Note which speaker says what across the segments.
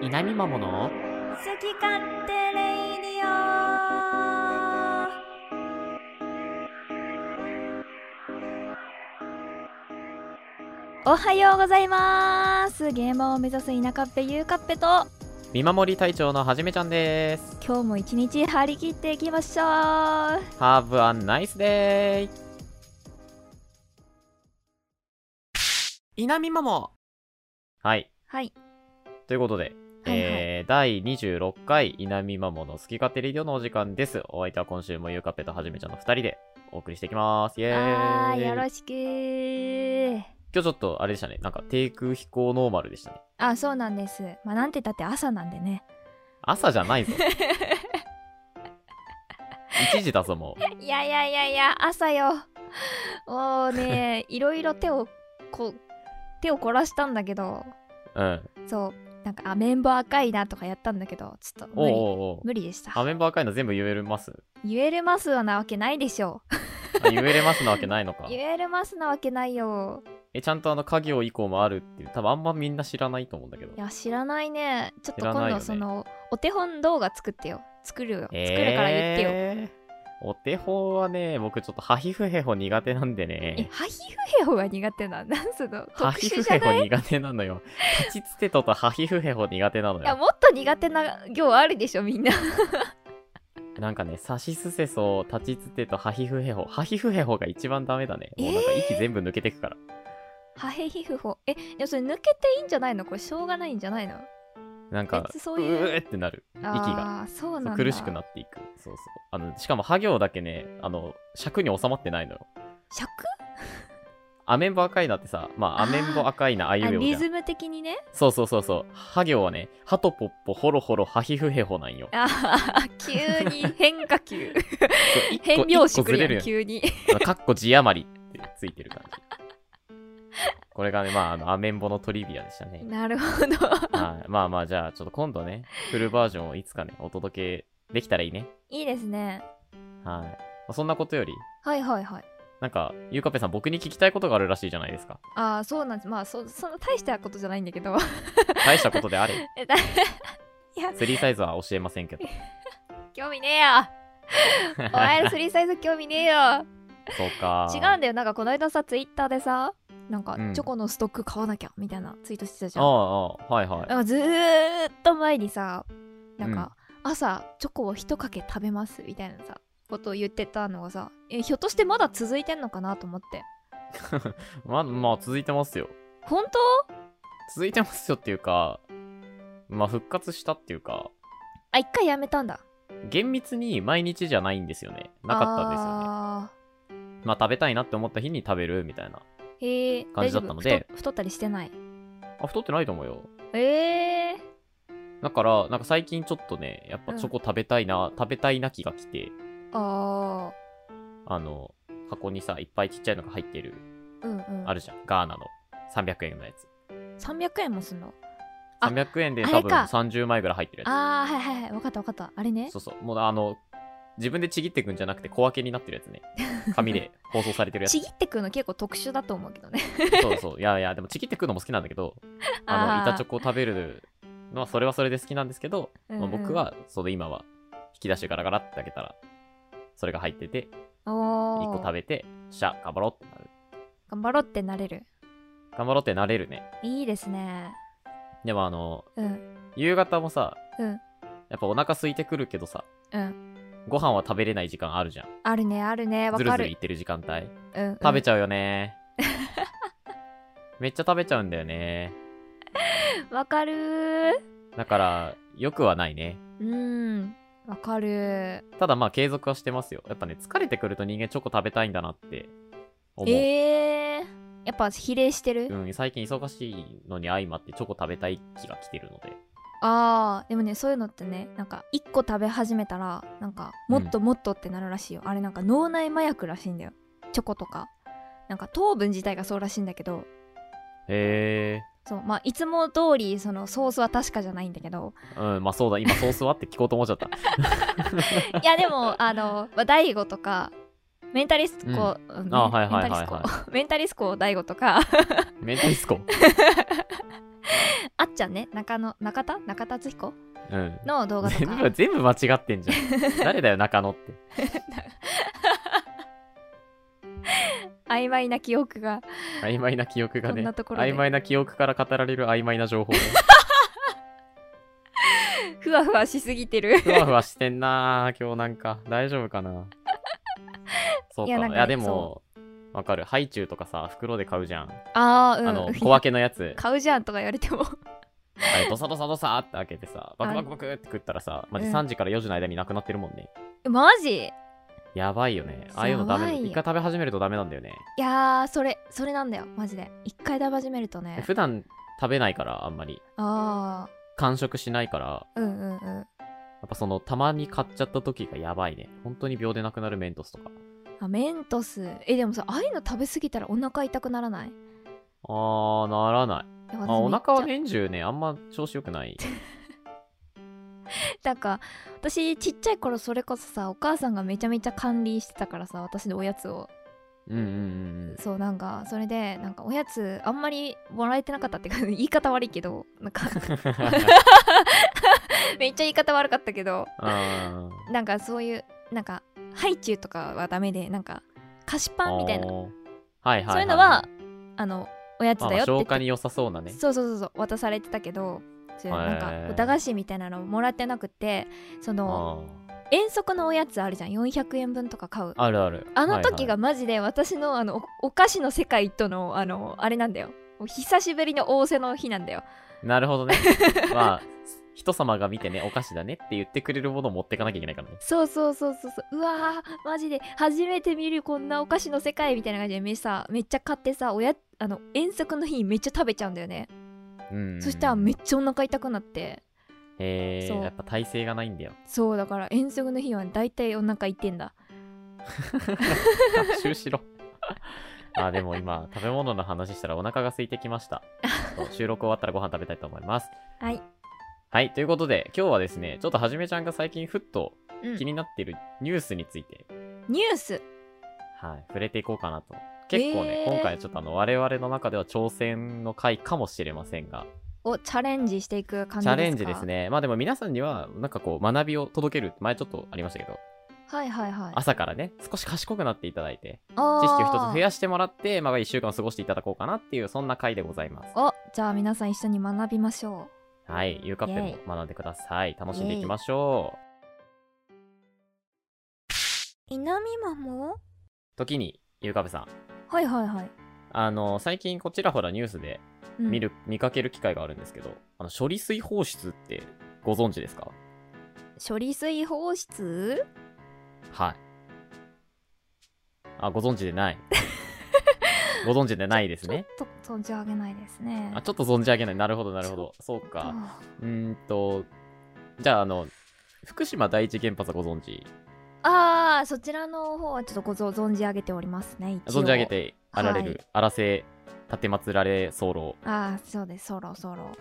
Speaker 1: 稲見まもの
Speaker 2: 好き勝手レイディオおはようございます現場を目指す田舎っぺゆうかっぺと
Speaker 1: 見守り隊長のはじめちゃんです
Speaker 2: 今日も一日張り切っていきましょうは
Speaker 1: Have a nice day 稲見まもはい
Speaker 2: い
Speaker 1: ということで、
Speaker 2: はいはい
Speaker 1: えー、第26回稲見まもの好き勝手レディオのお時間ですお相手は今週もゆうかっぺとはじめちゃんの2人でお送りしていきますイエ
Speaker 2: あ
Speaker 1: ーイ
Speaker 2: ーよ
Speaker 1: 今
Speaker 2: ろしく
Speaker 1: 日ちょっとあれでしたねなんか低空飛行ノーマルでしたね
Speaker 2: あそうなんですまあなんて言ったって朝なんでね
Speaker 1: 朝じゃ ないぞ1時だぞもう
Speaker 2: いやいやいやいや朝よも うねいろいろ手をこ手を凝らしたんだけど
Speaker 1: うん
Speaker 2: そうなんかあメンバー赤いなとかやったんだけどちょっと
Speaker 1: おう
Speaker 2: 無理
Speaker 1: おうおう
Speaker 2: 無理でした
Speaker 1: アメンバー赤いの全部言えるます
Speaker 2: 言えるますはなわけないでしょ
Speaker 1: あ言えれますなわけないのか
Speaker 2: う言えるますなわけないよ
Speaker 1: えちゃんとあの家業以降もあるっていう多分あんまみんな知らないと思うんだけど
Speaker 2: いや知らないねちょっと
Speaker 1: 知らな
Speaker 2: 今
Speaker 1: いよ
Speaker 2: 度
Speaker 1: ね
Speaker 2: その、お手本動画作ってよ作るよ作
Speaker 1: え
Speaker 2: る
Speaker 1: ー
Speaker 2: から言ってよ、
Speaker 1: お手本はね僕ちょっとハヒフヘホ苦手なんで
Speaker 2: え
Speaker 1: ね
Speaker 2: ハヒフヘホが苦手なんなんその
Speaker 1: ハ
Speaker 2: 特
Speaker 1: ヒ
Speaker 2: 殊
Speaker 1: フ
Speaker 2: じゃ
Speaker 1: ヘホ
Speaker 2: ないい
Speaker 1: 苦手なのよタチツテトとハヒフヘホ苦手なの
Speaker 2: や
Speaker 1: よ
Speaker 2: もっと苦手な行あるでしょみんな
Speaker 1: なんかねサシスセソタチツテトハヒフヘホハヒフヘホが一番ダメだねもうなんか息全部抜けてくから、
Speaker 2: ハヘヒフホえでもそれ抜けていいんじゃないのこれしょうがないんじゃないの
Speaker 1: なんか
Speaker 2: 別そういう
Speaker 1: ーってなる
Speaker 2: 息
Speaker 1: が
Speaker 2: そう
Speaker 1: そう
Speaker 2: なんだ
Speaker 1: 苦しくなっていくそうそうあのしかもハ行だけねあの尺に収まってないのよ
Speaker 2: 尺
Speaker 1: アメンボ赤いなってさ、まあ、ア
Speaker 2: あー
Speaker 1: メンボ赤いな、あいう
Speaker 2: あ
Speaker 1: えおじ
Speaker 2: リ
Speaker 1: ゃん。
Speaker 2: ズム的にね
Speaker 1: そうそうそうそう。ハ行はね、ハトポッポ、ホロホロ、ハヒフヘホなんよ。
Speaker 2: あー急に変化球
Speaker 1: そう 一個
Speaker 2: 変拍
Speaker 1: 一個
Speaker 2: 子く
Speaker 1: ずれ
Speaker 2: る
Speaker 1: る
Speaker 2: や
Speaker 1: よ
Speaker 2: ん急に
Speaker 1: ね。かっこ字余りってついてる感じ。これがね、まあ、あの、アメンボのトリビアでした ね。
Speaker 2: なるほど
Speaker 1: はいまあまあ、じゃあ、ちょっと今度ね、フルバージョンをいつかね、お届けできたらいいね。
Speaker 2: いいですね
Speaker 1: はい。まあそんなことより、
Speaker 2: はいはいはい
Speaker 1: なんか、ゆうかぺさん、僕に聞きたいことがあるらしいじゃないですか。
Speaker 2: ああそうなんですまあそそんな大したことじゃないんだけど
Speaker 1: 大したことであれ。
Speaker 2: えだ いや
Speaker 1: スリーサイズは教えませんけど。
Speaker 2: 興味ねえよお前らスリーサイズ興味ねえ よ
Speaker 1: そうか。
Speaker 2: 違うんだよなんかこの間さツイッターでさなんか
Speaker 1: うん
Speaker 2: チョコのストック買わなきゃみたいなツイートしてたじ
Speaker 1: あ
Speaker 2: ゃん、
Speaker 1: あ、ああはいはい。
Speaker 2: なんかずーっと前にさなんか、朝チョコを一かけ食べますみたいなさことを言ってたのがさえひょっとしてまだ続いてんのかなと思って
Speaker 1: ま、まあ続いてますよ。
Speaker 2: 本当
Speaker 1: 続いてますよっていうか、まあ復活したっていうか、
Speaker 2: あ一回やめたんだ
Speaker 1: 厳密に毎日じゃないんですよね。なかったんですよね。
Speaker 2: あ
Speaker 1: まあ食べたいなって思った日に食べるみたいな。
Speaker 2: ーへえ
Speaker 1: 感じだったので
Speaker 2: 太太ったりしてない
Speaker 1: あ、太ってないと思うよ。
Speaker 2: えー、
Speaker 1: だから、なんか最近ちょっとね、やっぱチョコ食べたいな、食べたいな気が来て、
Speaker 2: あ
Speaker 1: あの、箱にさ、いっぱいちっちゃいのが入ってる、
Speaker 2: ーうんうん
Speaker 1: あるじゃん。ガーナの300円のやつ。
Speaker 2: 300円もすんのあ
Speaker 1: 300円で
Speaker 2: あ
Speaker 1: 多
Speaker 2: れ
Speaker 1: 分
Speaker 2: か
Speaker 1: 30枚ぐらい入ってるや
Speaker 2: あーはいはいはい分かった分かったあれね
Speaker 1: つ。そうそう。もうあの、自分でちぎっていくんじゃなくて小分けになってるやつ ね。紙で包装されてるやつ
Speaker 2: ち。ぎってくの結構特殊だと思うけどね
Speaker 1: そうそう。いやいや、でもちぎって食うのも好きなんだけど、 あ
Speaker 2: あ
Speaker 1: の、
Speaker 2: ー
Speaker 1: 板チョコを食べるのはそれはそれで好きなんですけど、
Speaker 2: うんうん
Speaker 1: まあ僕は、その今は、引き出してガラガラって開けたら、それが入ってて、
Speaker 2: お
Speaker 1: 1個
Speaker 2: お
Speaker 1: 食べて、シャ、頑張ろうってなる。
Speaker 2: 頑張ろうってなれる
Speaker 1: 頑張ろうってなれるね。
Speaker 2: いいですね
Speaker 1: でもあの、
Speaker 2: うん
Speaker 1: 夕方もさ、
Speaker 2: うん
Speaker 1: やっぱお腹空いてくるけどさ、
Speaker 2: うん
Speaker 1: ご飯は食べれない時間あるじゃん。
Speaker 2: あるねあるねわ
Speaker 1: ずる
Speaker 2: か
Speaker 1: ずる
Speaker 2: る
Speaker 1: いってる時間帯。
Speaker 2: うんうん
Speaker 1: 食べちゃうよね。 めっちゃ食べちゃうんだよね。
Speaker 2: わかるー
Speaker 1: だから、良くはないね。
Speaker 2: うんわかる
Speaker 1: ただまあ継続はしてますよ。やっぱね、疲れてくると人間チョコ食べたいんだなって思う。
Speaker 2: えー、やっぱ比例してる、
Speaker 1: うん、最近忙しいのに相まってチョコ食べたい気が来てるので。
Speaker 2: あーでもねそういうのってねなんか1個食べ始めたらなんかもっともっとってなるらしいよ、あれなんか脳内麻薬らしいんだよチョコとかなんか糖分自体がそうらしいんだけど
Speaker 1: へ
Speaker 2: そうまあいつも通りそのソースは確かじゃないんだけど
Speaker 1: え。うん、まあそうだ、今ソースはって聞こうと思っちゃ った。
Speaker 2: いやでもあのまあ大悟とかメンタリスコ、うん
Speaker 1: あはいはいはいはい
Speaker 2: メンタリスコメンタリスコ大悟とか
Speaker 1: メンタリスコ。
Speaker 2: あっちゃんね中野中田中田敦彦
Speaker 1: うん。
Speaker 2: の動画と
Speaker 1: 全部、
Speaker 2: か
Speaker 1: 全部間違ってんじゃん。誰だよ、中野って。
Speaker 2: 曖昧な記憶が
Speaker 1: 曖昧な記憶が
Speaker 2: こん
Speaker 1: ね。
Speaker 2: なところで
Speaker 1: 曖昧な記憶から語られる曖昧な情報ね。
Speaker 2: ふわふわしすぎてる
Speaker 1: ふわふわしてんなー今日なんか。大丈夫か なそうか。
Speaker 2: い
Speaker 1: い
Speaker 2: や
Speaker 1: や、
Speaker 2: なんかね
Speaker 1: でも、わかる。ハイチュウとかさ、袋で買うじゃん。
Speaker 2: ああう ん
Speaker 1: あの、小分けのやつ。
Speaker 2: 買うじゃんと か言われても
Speaker 1: あれ、ドサドサドサーって開けてさ、バクバクバクって食ったらさ、まじ
Speaker 2: うん
Speaker 1: 3時から4時の間になくなってるもんね。
Speaker 2: マジ
Speaker 1: やばいよね。ああいうのダメ
Speaker 2: やばいよ
Speaker 1: 一回食べ始めるとダメなんだよね。
Speaker 2: いやーそれそれなんだよマジで一回食べ始めるとね
Speaker 1: 普段食べないから、あんまり。
Speaker 2: あ
Speaker 1: 完食しないから、
Speaker 2: あうんうんうん
Speaker 1: やっぱその、たまに買っちゃった時がやばいね。本当に秒でなくなるメントスとか。
Speaker 2: あメントスえでもさああいうの食べ過ぎたらお腹痛くならないい
Speaker 1: あー、ならない。
Speaker 2: や私
Speaker 1: あ、お
Speaker 2: めっちゃ
Speaker 1: 腹は年中ね、あんま調子良くない。
Speaker 2: なんか私ちっちゃい頃それこそさお母さんがめちゃめちゃ管理してたからさ私のおやつを
Speaker 1: うんうんうんうん。
Speaker 2: そうなんかそれでなんかおやつあんまりもらえてなかったっていうか言い方悪いけどなん か めっちゃ言い方悪かったけど
Speaker 1: あ
Speaker 2: なんかそういうなんかハイチュウとかはダメでなんか菓子パンみたいな、
Speaker 1: あーはいはいはい、
Speaker 2: そういうのはあのおやつ
Speaker 1: まあ
Speaker 2: だ
Speaker 1: まあ
Speaker 2: よって言
Speaker 1: 消
Speaker 2: って
Speaker 1: 化に良さそうなね
Speaker 2: そうそうそうそう渡されてたけどそういうなん
Speaker 1: へ
Speaker 2: か
Speaker 1: ー
Speaker 2: 駄菓子みたいなのもらってなくてその
Speaker 1: あ
Speaker 2: 遠足のおやつあるじゃん400円分とか買う
Speaker 1: ーあるある
Speaker 2: あの時
Speaker 1: は
Speaker 2: がマジで私のあのおお菓子の世界とのあのあれなんだよもう久しぶりの仰せの日なんだよ
Speaker 1: いはいなる ほどねまあ人様が見てねお菓子だねって言ってくれるものを持ってかなきゃいけないからね
Speaker 2: そうそうそうそうそううわーマジで初めて見るこんなお菓子の世界みたいな感じでめさめっちゃ買ってさおやあの遠足の日にめっちゃ食べちゃうんだよね、
Speaker 1: うん
Speaker 2: そしたらめっちゃお腹痛くなって
Speaker 1: へえ
Speaker 2: そう
Speaker 1: やっぱ体勢がないんだ よ
Speaker 2: そうだから遠足の日は大体お腹痛いんだ
Speaker 1: 学習しろあーでも今食べ物の話したらお腹が空いてきま したちょっと収録終わったらご飯食べたいと思います
Speaker 2: はい、
Speaker 1: はいということで今日はですねちょっとはじめちゃんが最近ふっと
Speaker 2: うん、
Speaker 1: 気
Speaker 2: ニ
Speaker 1: になっているニュースについて
Speaker 2: ュース
Speaker 1: はい、触れていこうかなと。結構ね、
Speaker 2: えー
Speaker 1: 今回ちょっとあの我々の中では挑戦の回かもしれませんが、
Speaker 2: をチャレンジしていく感じですか
Speaker 1: チャレンジですね。まあでも皆さんには、なんかこう、学びを届ける、前ちょっとありましたけど、
Speaker 2: はいはいはい
Speaker 1: 朝からね、少し賢くなっていただいて、
Speaker 2: あー
Speaker 1: 知識を一つ増やしてもらって、まあ1週間過ごしていただこうかなっていう、そんな回でございます。
Speaker 2: おじゃあ皆さん一緒に学びましょ
Speaker 1: はい、ゆうかっぺ
Speaker 2: イ
Speaker 1: も
Speaker 2: エ
Speaker 1: 学んでください。楽しんでいきましょう。
Speaker 2: う稲見マも
Speaker 1: 時に、ゆうかっぺさん、
Speaker 2: はいはいはい
Speaker 1: あの、最近こちらほらニュースで
Speaker 2: うん
Speaker 1: 見る、見かける機会があるんですけど、あの、処理水放出ってご存知ですか
Speaker 2: 処理水放出
Speaker 1: はい。あ、ご存知で ない。ご存知でないですね。
Speaker 2: ちょっと存じ上げないですね
Speaker 1: あ、ちょっと存じ上げない。なるほど、なるほど。そうか。
Speaker 2: あ
Speaker 1: うーんと、じゃあ、あの、福島第一原発はご存知
Speaker 2: あーそちらの方はちょっとごぞ存じ上げておりますね一応
Speaker 1: 存じ上げてあられ
Speaker 2: は
Speaker 1: る
Speaker 2: い、
Speaker 1: あらせ、たてまつられ、ソロ、
Speaker 2: ああそうですそろそろ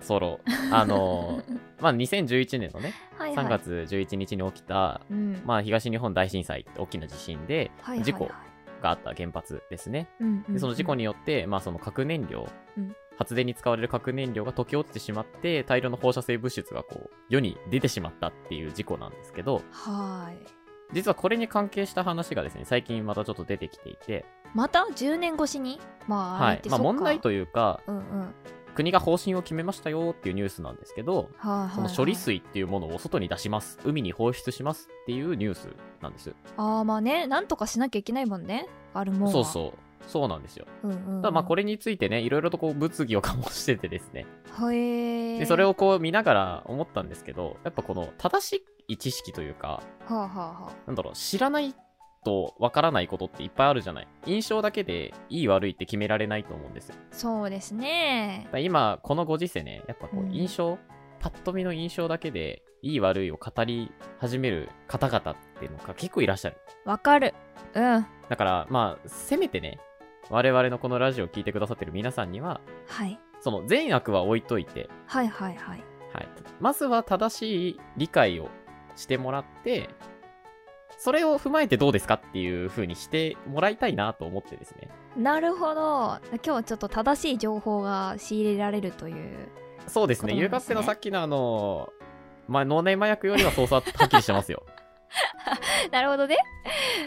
Speaker 1: ソロ。あ の、まあ、2011年のね、
Speaker 2: はいはい
Speaker 1: 3月11日に起きた、
Speaker 2: うん
Speaker 1: まあ、東日本大震災って大きな地震で、
Speaker 2: はいはいはい
Speaker 1: 事故があった原発ですね。
Speaker 2: うんうんう
Speaker 1: で
Speaker 2: ん
Speaker 1: その事故によって、まあ、その核燃料、
Speaker 2: うん
Speaker 1: 発電に使われる核燃料が溶け落ちてしまって大量の放射性物質がこう世に出てしまったっていう事故なんですけど
Speaker 2: はーい
Speaker 1: 実はこれに関係した話がですね最近またちょっと出てきていて、
Speaker 2: また10年越しにまああ
Speaker 1: は
Speaker 2: れっ
Speaker 1: い
Speaker 2: て
Speaker 1: まあ、
Speaker 2: そっか
Speaker 1: 問題というか
Speaker 2: うんうん
Speaker 1: 国が方針を決めましたよっていうニュースなんですけど
Speaker 2: はいはい
Speaker 1: その処理水っていうものを外に出します海に放出しますっていうニュースなんです
Speaker 2: ああまあねなんとかしなきゃいけないもんねあるもん
Speaker 1: そう
Speaker 2: う、
Speaker 1: そうそうなんですよ
Speaker 2: うんうんうん、
Speaker 1: ただまあこれについてねいろいろとこう物議を醸しててですね
Speaker 2: へえ
Speaker 1: でそれをこう見ながら思ったんですけどやっぱこの正しい知識というか
Speaker 2: はあはあは
Speaker 1: なんだろう知らないとわからないことっていっぱいあるじゃない印象だけでいい悪いって決められないと思うんですよ
Speaker 2: あそうですね
Speaker 1: だから今このご時世ねやっぱこ
Speaker 2: う
Speaker 1: うん印象、パッと見の印象だけでいい悪いを語り始める方々っていうのが結構いらっしゃる
Speaker 2: わかるうん
Speaker 1: だからまあせめてね我々のこのラジオを聞いてくださってる皆さんには
Speaker 2: はい
Speaker 1: その善悪は置いといて
Speaker 2: はいはいはい
Speaker 1: はい、まずは正しい理解をしてもらってそれを踏まえてどうですかっていう風にしてもらいたいなと思ってですね
Speaker 2: なるほど今日はちょっと正しい情報が仕入れられるという
Speaker 1: そうですね。
Speaker 2: ことなんですね
Speaker 1: ゆるかっせのさっきのあの、まあ、脳内麻薬よりは操作はっきりして ますよ。
Speaker 2: なるほどね。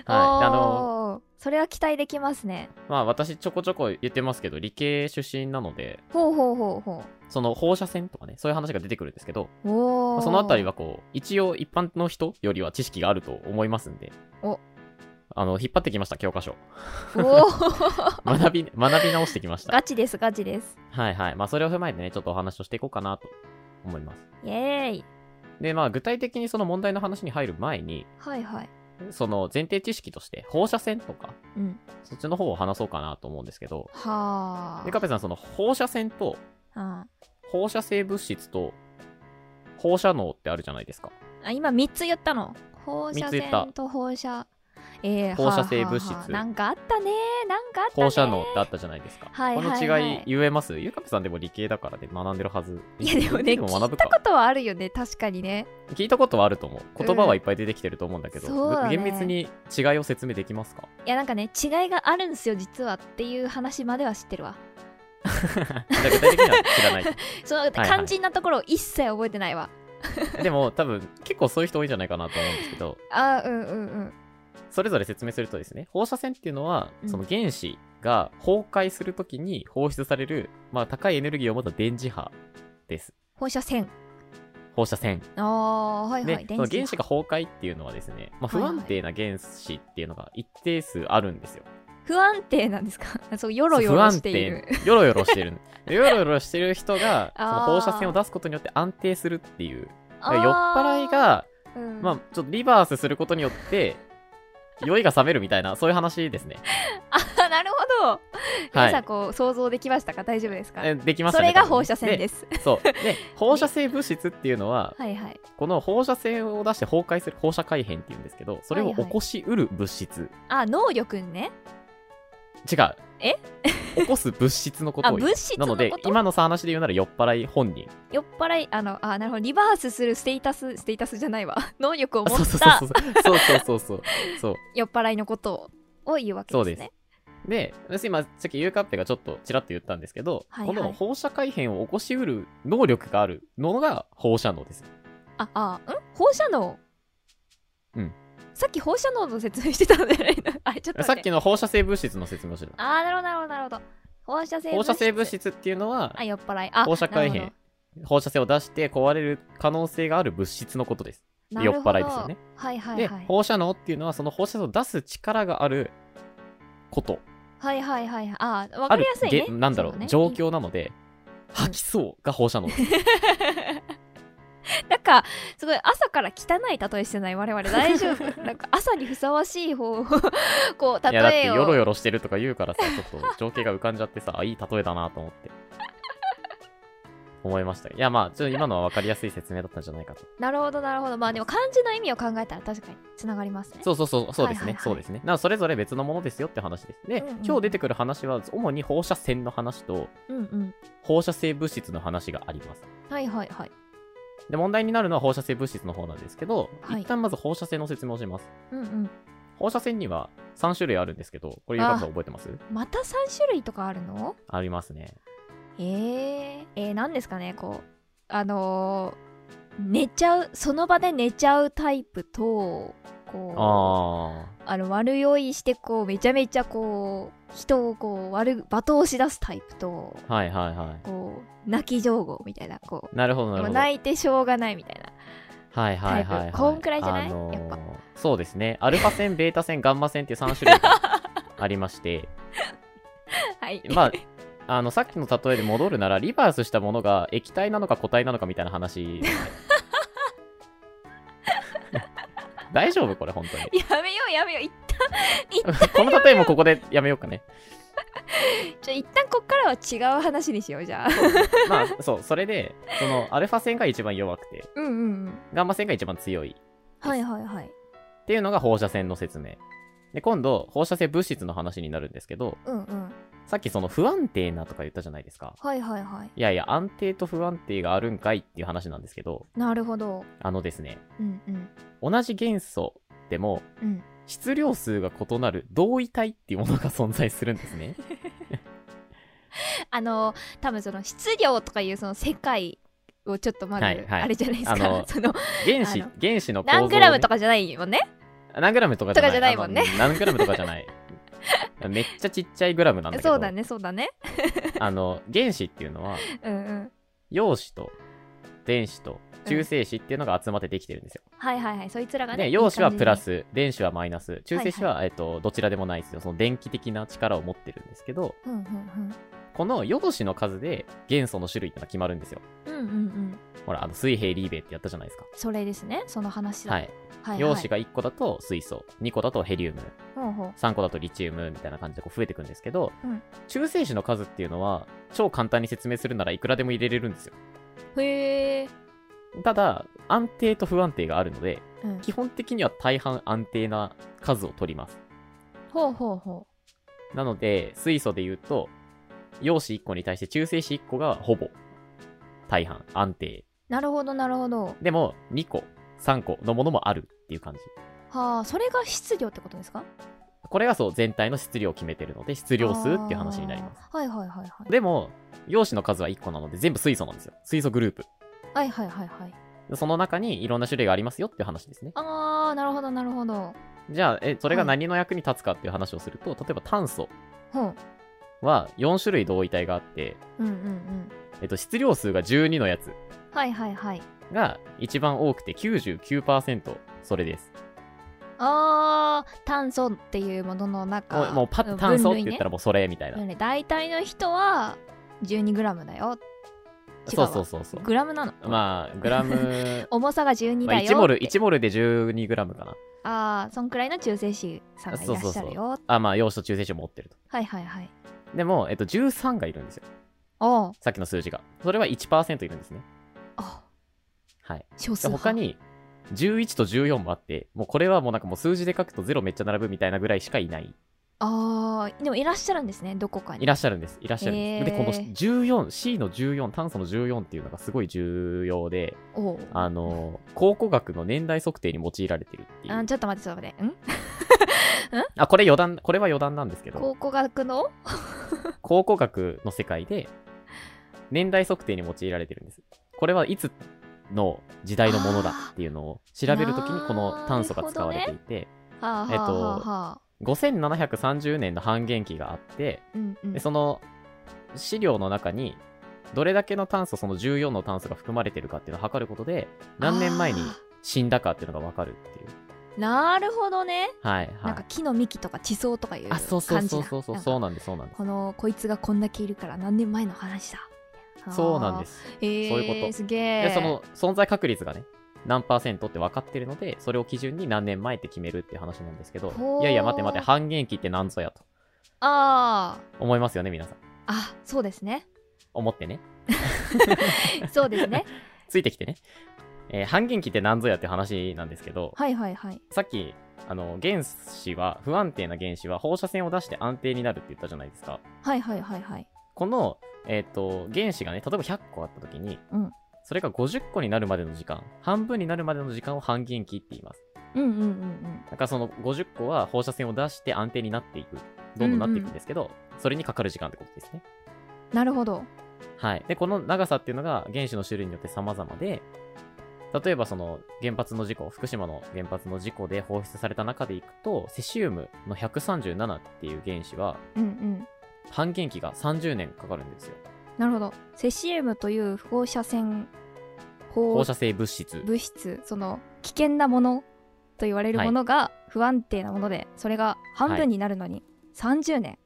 Speaker 1: はい。あの、
Speaker 2: おーそれは期待できますね。
Speaker 1: まあ、私ちょこちょこ言ってますけど、理系出身なので、
Speaker 2: ほうほうほうほ
Speaker 1: その放射線とかね、そういう話が出てくるんですけど、
Speaker 2: う。お
Speaker 1: ま
Speaker 2: お。
Speaker 1: あそのあたりはこう、一応一般の人よりは知識があると思いますんで。
Speaker 2: お
Speaker 1: あの、引っ張ってきました、教科書。
Speaker 2: おー。
Speaker 1: 学び、学び直してきました。
Speaker 2: ガチです、ガチです。
Speaker 1: はいはい。まあ、それを踏まえてね、ちょっとお話をしていこうかなと思います。
Speaker 2: イエーイ。
Speaker 1: で、まあ、具体的にその問題の話に入る前に、
Speaker 2: はいはい。
Speaker 1: その前提知識として、放射線とか、
Speaker 2: うん。
Speaker 1: そっちの方を話そうかなと思うんですけど、
Speaker 2: はあ。
Speaker 1: で、カペさん、その放射線と、
Speaker 2: あ
Speaker 1: 放射性物質と、放射能ってあるじゃないですか。
Speaker 2: あ今3つ言ったの。放
Speaker 1: 三
Speaker 2: 射
Speaker 1: つ言った
Speaker 2: 線と放射。えー、
Speaker 1: 放射性物質
Speaker 2: はあはあはあなんかあったねなんかあったね
Speaker 1: 放射能ってあったじゃないですか。
Speaker 2: はいはいはい
Speaker 1: この違い言えますゆかぺさんでも理系だからで学んでるはず。
Speaker 2: いやでもね
Speaker 1: 理系学ぶ
Speaker 2: 聞い
Speaker 1: か
Speaker 2: たことはあるよね確かにね
Speaker 1: 聞いたことはあると思う。言葉はいっぱい出てきてると思うんだけど、
Speaker 2: うんそうだね
Speaker 1: 厳密に違いを説明できますか
Speaker 2: いやなんかね違いがあるんすよ実はっていう話までは知ってるわ
Speaker 1: じゃあ具体的には知らない。
Speaker 2: その
Speaker 1: はい
Speaker 2: 肝心なところを一切覚えてないわ、
Speaker 1: でも多分結構そういう人多いんじゃないかなと思うんですけど、
Speaker 2: あーうんうんうん
Speaker 1: それぞれ説明するとですね、放射線っていうのは
Speaker 2: う、ん
Speaker 1: その原子が崩壊するときに放出される、まあ高いエネルギーを持った電磁波です。
Speaker 2: 放射線
Speaker 1: 放射線。
Speaker 2: ああはいは
Speaker 1: で
Speaker 2: い、
Speaker 1: そ
Speaker 2: 電
Speaker 1: の
Speaker 2: 磁
Speaker 1: 原
Speaker 2: 波
Speaker 1: 子が崩壊っていうのはですね、まあ、
Speaker 2: はい
Speaker 1: 不
Speaker 2: はい
Speaker 1: 安定な原子っていうのが一定数あるんですよ。
Speaker 2: 不安定なんですか そうよろよろしている
Speaker 1: 不安定。よろよろしてる。よろよろしてる人が、その
Speaker 2: あー
Speaker 1: 放射線を出すことによって安定するっていう。だ
Speaker 2: あ
Speaker 1: から酔っ払いが、
Speaker 2: ー、うん
Speaker 1: まあ、ちょっとリバースすることによって、酔いが冷めるみたいな、そういう話 ですね。
Speaker 2: あなるほど皆
Speaker 1: は
Speaker 2: さん
Speaker 1: い。
Speaker 2: こう想像できましたか大丈夫ですか
Speaker 1: えできまし
Speaker 2: そ
Speaker 1: たね。。
Speaker 2: れが放射線ですす。
Speaker 1: そう。で、放射性物質っていうのは、
Speaker 2: はいはい。
Speaker 1: この放射線を出して崩壊する放射改変っていうんですけど、それを起こしうる物質。
Speaker 2: あ、能力ね。
Speaker 1: 違う。
Speaker 2: え
Speaker 1: 起こす物質のことを言う
Speaker 2: あ物質
Speaker 1: な
Speaker 2: の
Speaker 1: の
Speaker 2: こと
Speaker 1: で、今のさ話で言うなら酔っ払い本人。
Speaker 2: 酔っ払い、あの、あ、なるほど、リバースするステータス、ステータスじゃないわ。 能力を持
Speaker 1: そう
Speaker 2: っ
Speaker 1: そう
Speaker 2: た
Speaker 1: そうそう。そうそうそうそう。そう。
Speaker 2: 酔っ払いのことをを言うわけ
Speaker 1: そう
Speaker 2: で
Speaker 1: です
Speaker 2: ね。
Speaker 1: で、私今、さっきゆうかっぺがちょっとちらっと言ったんですけど、
Speaker 2: はい
Speaker 1: こ
Speaker 2: は
Speaker 1: の
Speaker 2: い
Speaker 1: 放射改変を起こしうる能力があるのが放射能です。
Speaker 2: あ、あ、うん放射能。
Speaker 1: うん。
Speaker 2: さっき放射能の説明してたんじゃないの あれ、ちょっと、ね。
Speaker 1: さっきの放射性物質の説明をしてた。
Speaker 2: あー、なるほど、なるほど、なるほど。放射性
Speaker 1: 放
Speaker 2: 物質。
Speaker 1: 射性物。質っていうのは
Speaker 2: あ、、酔っ払い。あ、
Speaker 1: 放射改
Speaker 2: なる
Speaker 1: 変、放射線を出して壊れる可能性がある物質のことです。
Speaker 2: ほど。なるほど
Speaker 1: 酔っ払いですよね。
Speaker 2: はいはい
Speaker 1: で
Speaker 2: はい、。
Speaker 1: 放射能っていうのは、その放射線を出す力があること。
Speaker 2: はいはいはい。あー、わかりやすいね
Speaker 1: あ。るげなんだろう
Speaker 2: そね
Speaker 1: 状況なので、吐きそうが放射能です。
Speaker 2: なんかすごい朝から汚い例えしてない我々大丈夫 なんか朝にふさわしい方こう
Speaker 1: いやだって
Speaker 2: 例えを
Speaker 1: よろよろしてるとか言うからさ、 ちょっと情景が浮かんじゃってさ、あいい例えだなと思って。思いました。いやまあ、ちょっと今のは分かりやすい説明だったんじゃないかと。
Speaker 2: なるほどなるほどまあでも漢字の意味を考えたら確かにつながりますね
Speaker 1: そうそうそう、そうです
Speaker 2: はいはい
Speaker 1: ね。
Speaker 2: はい
Speaker 1: そうですね。なそれぞれ別のものですよって話です。で
Speaker 2: うんうん、
Speaker 1: 今日出てくる話は、主に放射線の話と、
Speaker 2: ううんうん
Speaker 1: 放射性物質の話があります。
Speaker 2: はいはいはい
Speaker 1: で、問題になるのは放射性物質の方なんですけど、
Speaker 2: はい
Speaker 1: 一旦まず放射線の説明をします。
Speaker 2: うんうん
Speaker 1: 放射線には3種類あるんですけど、これ、ゆかさん覚えてます
Speaker 2: また三種類とかあるの
Speaker 1: ありますね。
Speaker 2: えー、えー、何ですかねこうあのー寝ちゃうその場で寝ちゃうタイプとこう
Speaker 1: あ
Speaker 2: あの悪酔いしてこうめちゃめちゃこう人をこう悪罵倒し出すタイプと
Speaker 1: あ、はいはいはい。
Speaker 2: こう泣き上戸みたいなこ
Speaker 1: なるほど
Speaker 2: う
Speaker 1: なる
Speaker 2: も
Speaker 1: ほ
Speaker 2: う
Speaker 1: ど。
Speaker 2: 泣いてしょうがないみたいな
Speaker 1: はいはいはい、は
Speaker 2: タイ
Speaker 1: い。
Speaker 2: プこんくらいじゃないやっぱ
Speaker 1: そうですね。アルファ線、ベータ線、ガンマ線っていう3種類が ありまして、
Speaker 2: はい。
Speaker 1: まあ、あの、さっきの例えで戻るなら、リバースしたものが液体なのか固体なのかみたいな話ですね。大丈夫これ、本当に
Speaker 2: やめようやめよう一
Speaker 1: この例えもここでやめようかね。
Speaker 2: 旦ちょ一旦こっからは違う話にしようじゃあ
Speaker 1: まあ、そう、それで、その、アルファ線が一番弱くて、
Speaker 2: うんうんうん
Speaker 1: ガンマ線が一番強い。
Speaker 2: はいはいはい
Speaker 1: っていうのが放射線の説明。で、今度、放射性物質の話になるんですけど、
Speaker 2: うんうん
Speaker 1: さっきその不安定なとか言ったじゃないですか。
Speaker 2: はいはいはい
Speaker 1: いやいや、安定と不安定があるんかいっていう話なんですけど、
Speaker 2: なるほど
Speaker 1: あのですね、
Speaker 2: うんうん
Speaker 1: 同じ元素でも、
Speaker 2: うん
Speaker 1: 質量数が異なる同位体っていうものが存在するんですね。
Speaker 2: あの多分その質量とかいうその世界をちょっとまず、
Speaker 1: はいはい
Speaker 2: あれじゃないですか
Speaker 1: あの
Speaker 2: その
Speaker 1: 原子
Speaker 2: あの、
Speaker 1: 原子の構造をね、
Speaker 2: 何グラムとかじゃないよね
Speaker 1: 何グラムとかじゃない
Speaker 2: とかじゃないもんね
Speaker 1: あの何グラムとかじゃないめっちゃちっちゃいグラムなんだけど
Speaker 2: そうだねそうだね
Speaker 1: あの原子っていうのは
Speaker 2: うんうん
Speaker 1: 陽子と電子と中性子っていうのが集まってできてるんですよ、
Speaker 2: はいはいはいそいつらがね
Speaker 1: で
Speaker 2: いい感
Speaker 1: 陽
Speaker 2: じ
Speaker 1: 子
Speaker 2: に
Speaker 1: はプラス電子はマイナス中性子は、えっとどちらでもないですよその電気的な力を持ってるんですけど
Speaker 2: うんうんうん
Speaker 1: この陽子の数で元素の種類ってのが決まるんですよ
Speaker 2: うんうんうん
Speaker 1: ほらあの水平リーベってやったじゃないですか
Speaker 2: それですねその話だ、
Speaker 1: はいい
Speaker 2: はいはい、
Speaker 1: 陽子が1個だと水素2個だとヘリウム
Speaker 2: ほうほう
Speaker 1: 3個だとリチウムみたいな感じでこう増えていくんですけど、
Speaker 2: うん
Speaker 1: 中性子の数っていうのは超簡単に説明するならいくらでも入れれるんですよ
Speaker 2: へえ、
Speaker 1: ただ安定と不安定があるので
Speaker 2: うん、
Speaker 1: 基本的には大半安定な数を取ります
Speaker 2: ほうほうほ
Speaker 1: なので水素で言うと陽子1個に対して中性子1個がほぼ大半安定
Speaker 2: うなるほどなるほど
Speaker 1: でも2個3個のものもあるっていう感じ
Speaker 2: はあそれが質量ってことですか
Speaker 1: これがそう全体の質量を決めてるので質量数っていう話になります
Speaker 2: あーはいはいはいはい
Speaker 1: でも陽子の数は1個なので全部水素なんですよ水素グループ
Speaker 2: はいはいはいはい
Speaker 1: その中にいろんな種類がありますよっていう話ですね。
Speaker 2: あーなるほどなるほど
Speaker 1: じゃあ、え、それが何の役に立つかっていう話をすると、例えば炭素
Speaker 2: ほう
Speaker 1: は4種類同位体があって、
Speaker 2: うんうんうん
Speaker 1: えっと、質量数が12のやつ
Speaker 2: はいはいはい
Speaker 1: が一番多くて99%それです。
Speaker 2: あー炭素っていうものの
Speaker 1: も
Speaker 2: 中
Speaker 1: うもうパッと炭素って言ったらもうそれみたいな。
Speaker 2: 分類ね分類大体の人は 12g だよ違う
Speaker 1: そう
Speaker 2: わ
Speaker 1: そうそうそう。
Speaker 2: グラムなの、
Speaker 1: まあ、グラム
Speaker 2: 重さが12
Speaker 1: まあ、
Speaker 2: だよって、
Speaker 1: 1モル、1モルで12グラムかな。
Speaker 2: ああそんくらいの中性子さんがいらっしゃるよ
Speaker 1: そうそうあ、まあ、陽子と中性子を持ってると。
Speaker 2: はいはいはい
Speaker 1: でも、えっと、13がいるんですよ。
Speaker 2: おう
Speaker 1: さっきの数字が。それは1%いるんですね。
Speaker 2: あ
Speaker 1: はい。
Speaker 2: 少数
Speaker 1: で
Speaker 2: 派
Speaker 1: 他に11と14もあってもうこれはもうなんかもう数字で書くと0めっちゃ並ぶみたいなぐらいしかいない
Speaker 2: ああでもいらっしゃるんですねどこかに
Speaker 1: いらっしゃるんですいらっしゃるんです、
Speaker 2: へー
Speaker 1: でこの 14C の14炭素の14っていうのがすごい重要で
Speaker 2: おう
Speaker 1: あの考古学の年代測定に用いられてるっていう
Speaker 2: あ
Speaker 1: あ
Speaker 2: ちょっと待ってちょっと待ってん
Speaker 1: これ余談これは余談なんですけど
Speaker 2: 考古学の
Speaker 1: 考古学の世界で年代測定に用いられてるんですこれはいつの時代のものだっていうのを調べるときにこの炭素が使われていて、
Speaker 2: はあは
Speaker 1: えっ
Speaker 2: あ
Speaker 1: と
Speaker 2: はあはあ
Speaker 1: 5730年の半減期があって
Speaker 2: うんうん
Speaker 1: でその資料の中にどれだけの炭素その14の炭素が含まれてるかっていうのを測ることで何年前に
Speaker 2: あ
Speaker 1: 死んだかっていうのが分かるっていう
Speaker 2: ーなるほどね、
Speaker 1: はいは
Speaker 2: なん
Speaker 1: い
Speaker 2: か木の幹とか地層とかいう
Speaker 1: あ
Speaker 2: 感じ
Speaker 1: そ
Speaker 2: だ
Speaker 1: うそうそうそうそうそうな
Speaker 2: なんか
Speaker 1: んですそうなんです
Speaker 2: このこいつがこんだけいるから何年前の話だ
Speaker 1: そうなんですす
Speaker 2: へえ
Speaker 1: そういうこと
Speaker 2: すげえ
Speaker 1: でその存在確率がね何パーセントって分かってるのでそれを基準に何年前って決めるっていう話なんですけど
Speaker 2: ほー
Speaker 1: いやいや待って待って半減期って何ぞやと
Speaker 2: あー
Speaker 1: 思いますよね皆さん
Speaker 2: あそうですね
Speaker 1: 思ってね
Speaker 2: そうです ね
Speaker 1: ついてきてね、えー半減期って何ぞやって話なんですけど
Speaker 2: はいはいはい
Speaker 1: さっきあの原子は不安定な原子は放射線を出して安定になるって言ったじゃないですか
Speaker 2: はいはいはいはい
Speaker 1: この、えっと原子がね例えば100個あった時に、
Speaker 2: うん
Speaker 1: それが50個になるまでの時間半分になるまでの時間を半減期って言います
Speaker 2: うんうんうんうん
Speaker 1: だからその50個は放射線を出して安定になっていくどんどんなっていくんですけど、それにかかる時間ってことですね
Speaker 2: なるほど
Speaker 1: はいでこの長さっていうのが原子の種類によって様々で例えばその原発の事故福島の原発の事故で放出された中でいくとセシウムの137っていう原子は
Speaker 2: うんうん
Speaker 1: 半減期が30年かかるんですよ
Speaker 2: なるほどセシウムという放射線放
Speaker 1: 放射性物質
Speaker 2: 物質その危険なものと言われるものが不安定なもので、それが半分になるのに30年、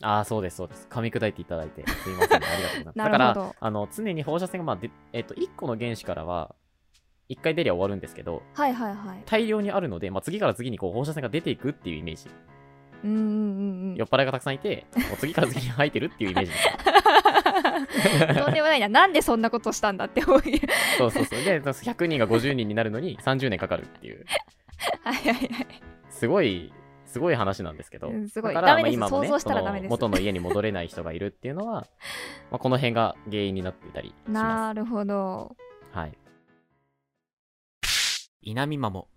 Speaker 1: ああそうですそうです噛み砕いていただいてすいませんありがとうございます
Speaker 2: な
Speaker 1: だ
Speaker 2: るほ
Speaker 1: か
Speaker 2: ど
Speaker 1: らあの常に放射線が、まあでえっと1個の原子からは1回出りゃ終わるんですけど
Speaker 2: はいはいはい
Speaker 1: 大量にあるので、まあ、次から次にこう放射線が出ていくっていうイメージ
Speaker 2: うんうんうんうん
Speaker 1: 酔っ払いがたくさんいてもう次から次に入ってるっていうイ メージです
Speaker 2: とんでもないななんでそんなことしたんだって思い
Speaker 1: そうそうそうで100人が50人になるのに30年かかるっていう
Speaker 2: はいはいはい
Speaker 1: すごいすごい話なんですけど、
Speaker 2: うんすごい
Speaker 1: だから
Speaker 2: ダメです
Speaker 1: まあ今もね
Speaker 2: 想像したらダメです
Speaker 1: その元の家に戻れない人がいるっていうのは、まあ、この辺が原因になっていたりしま
Speaker 2: なるほど
Speaker 1: すはい稲見マモ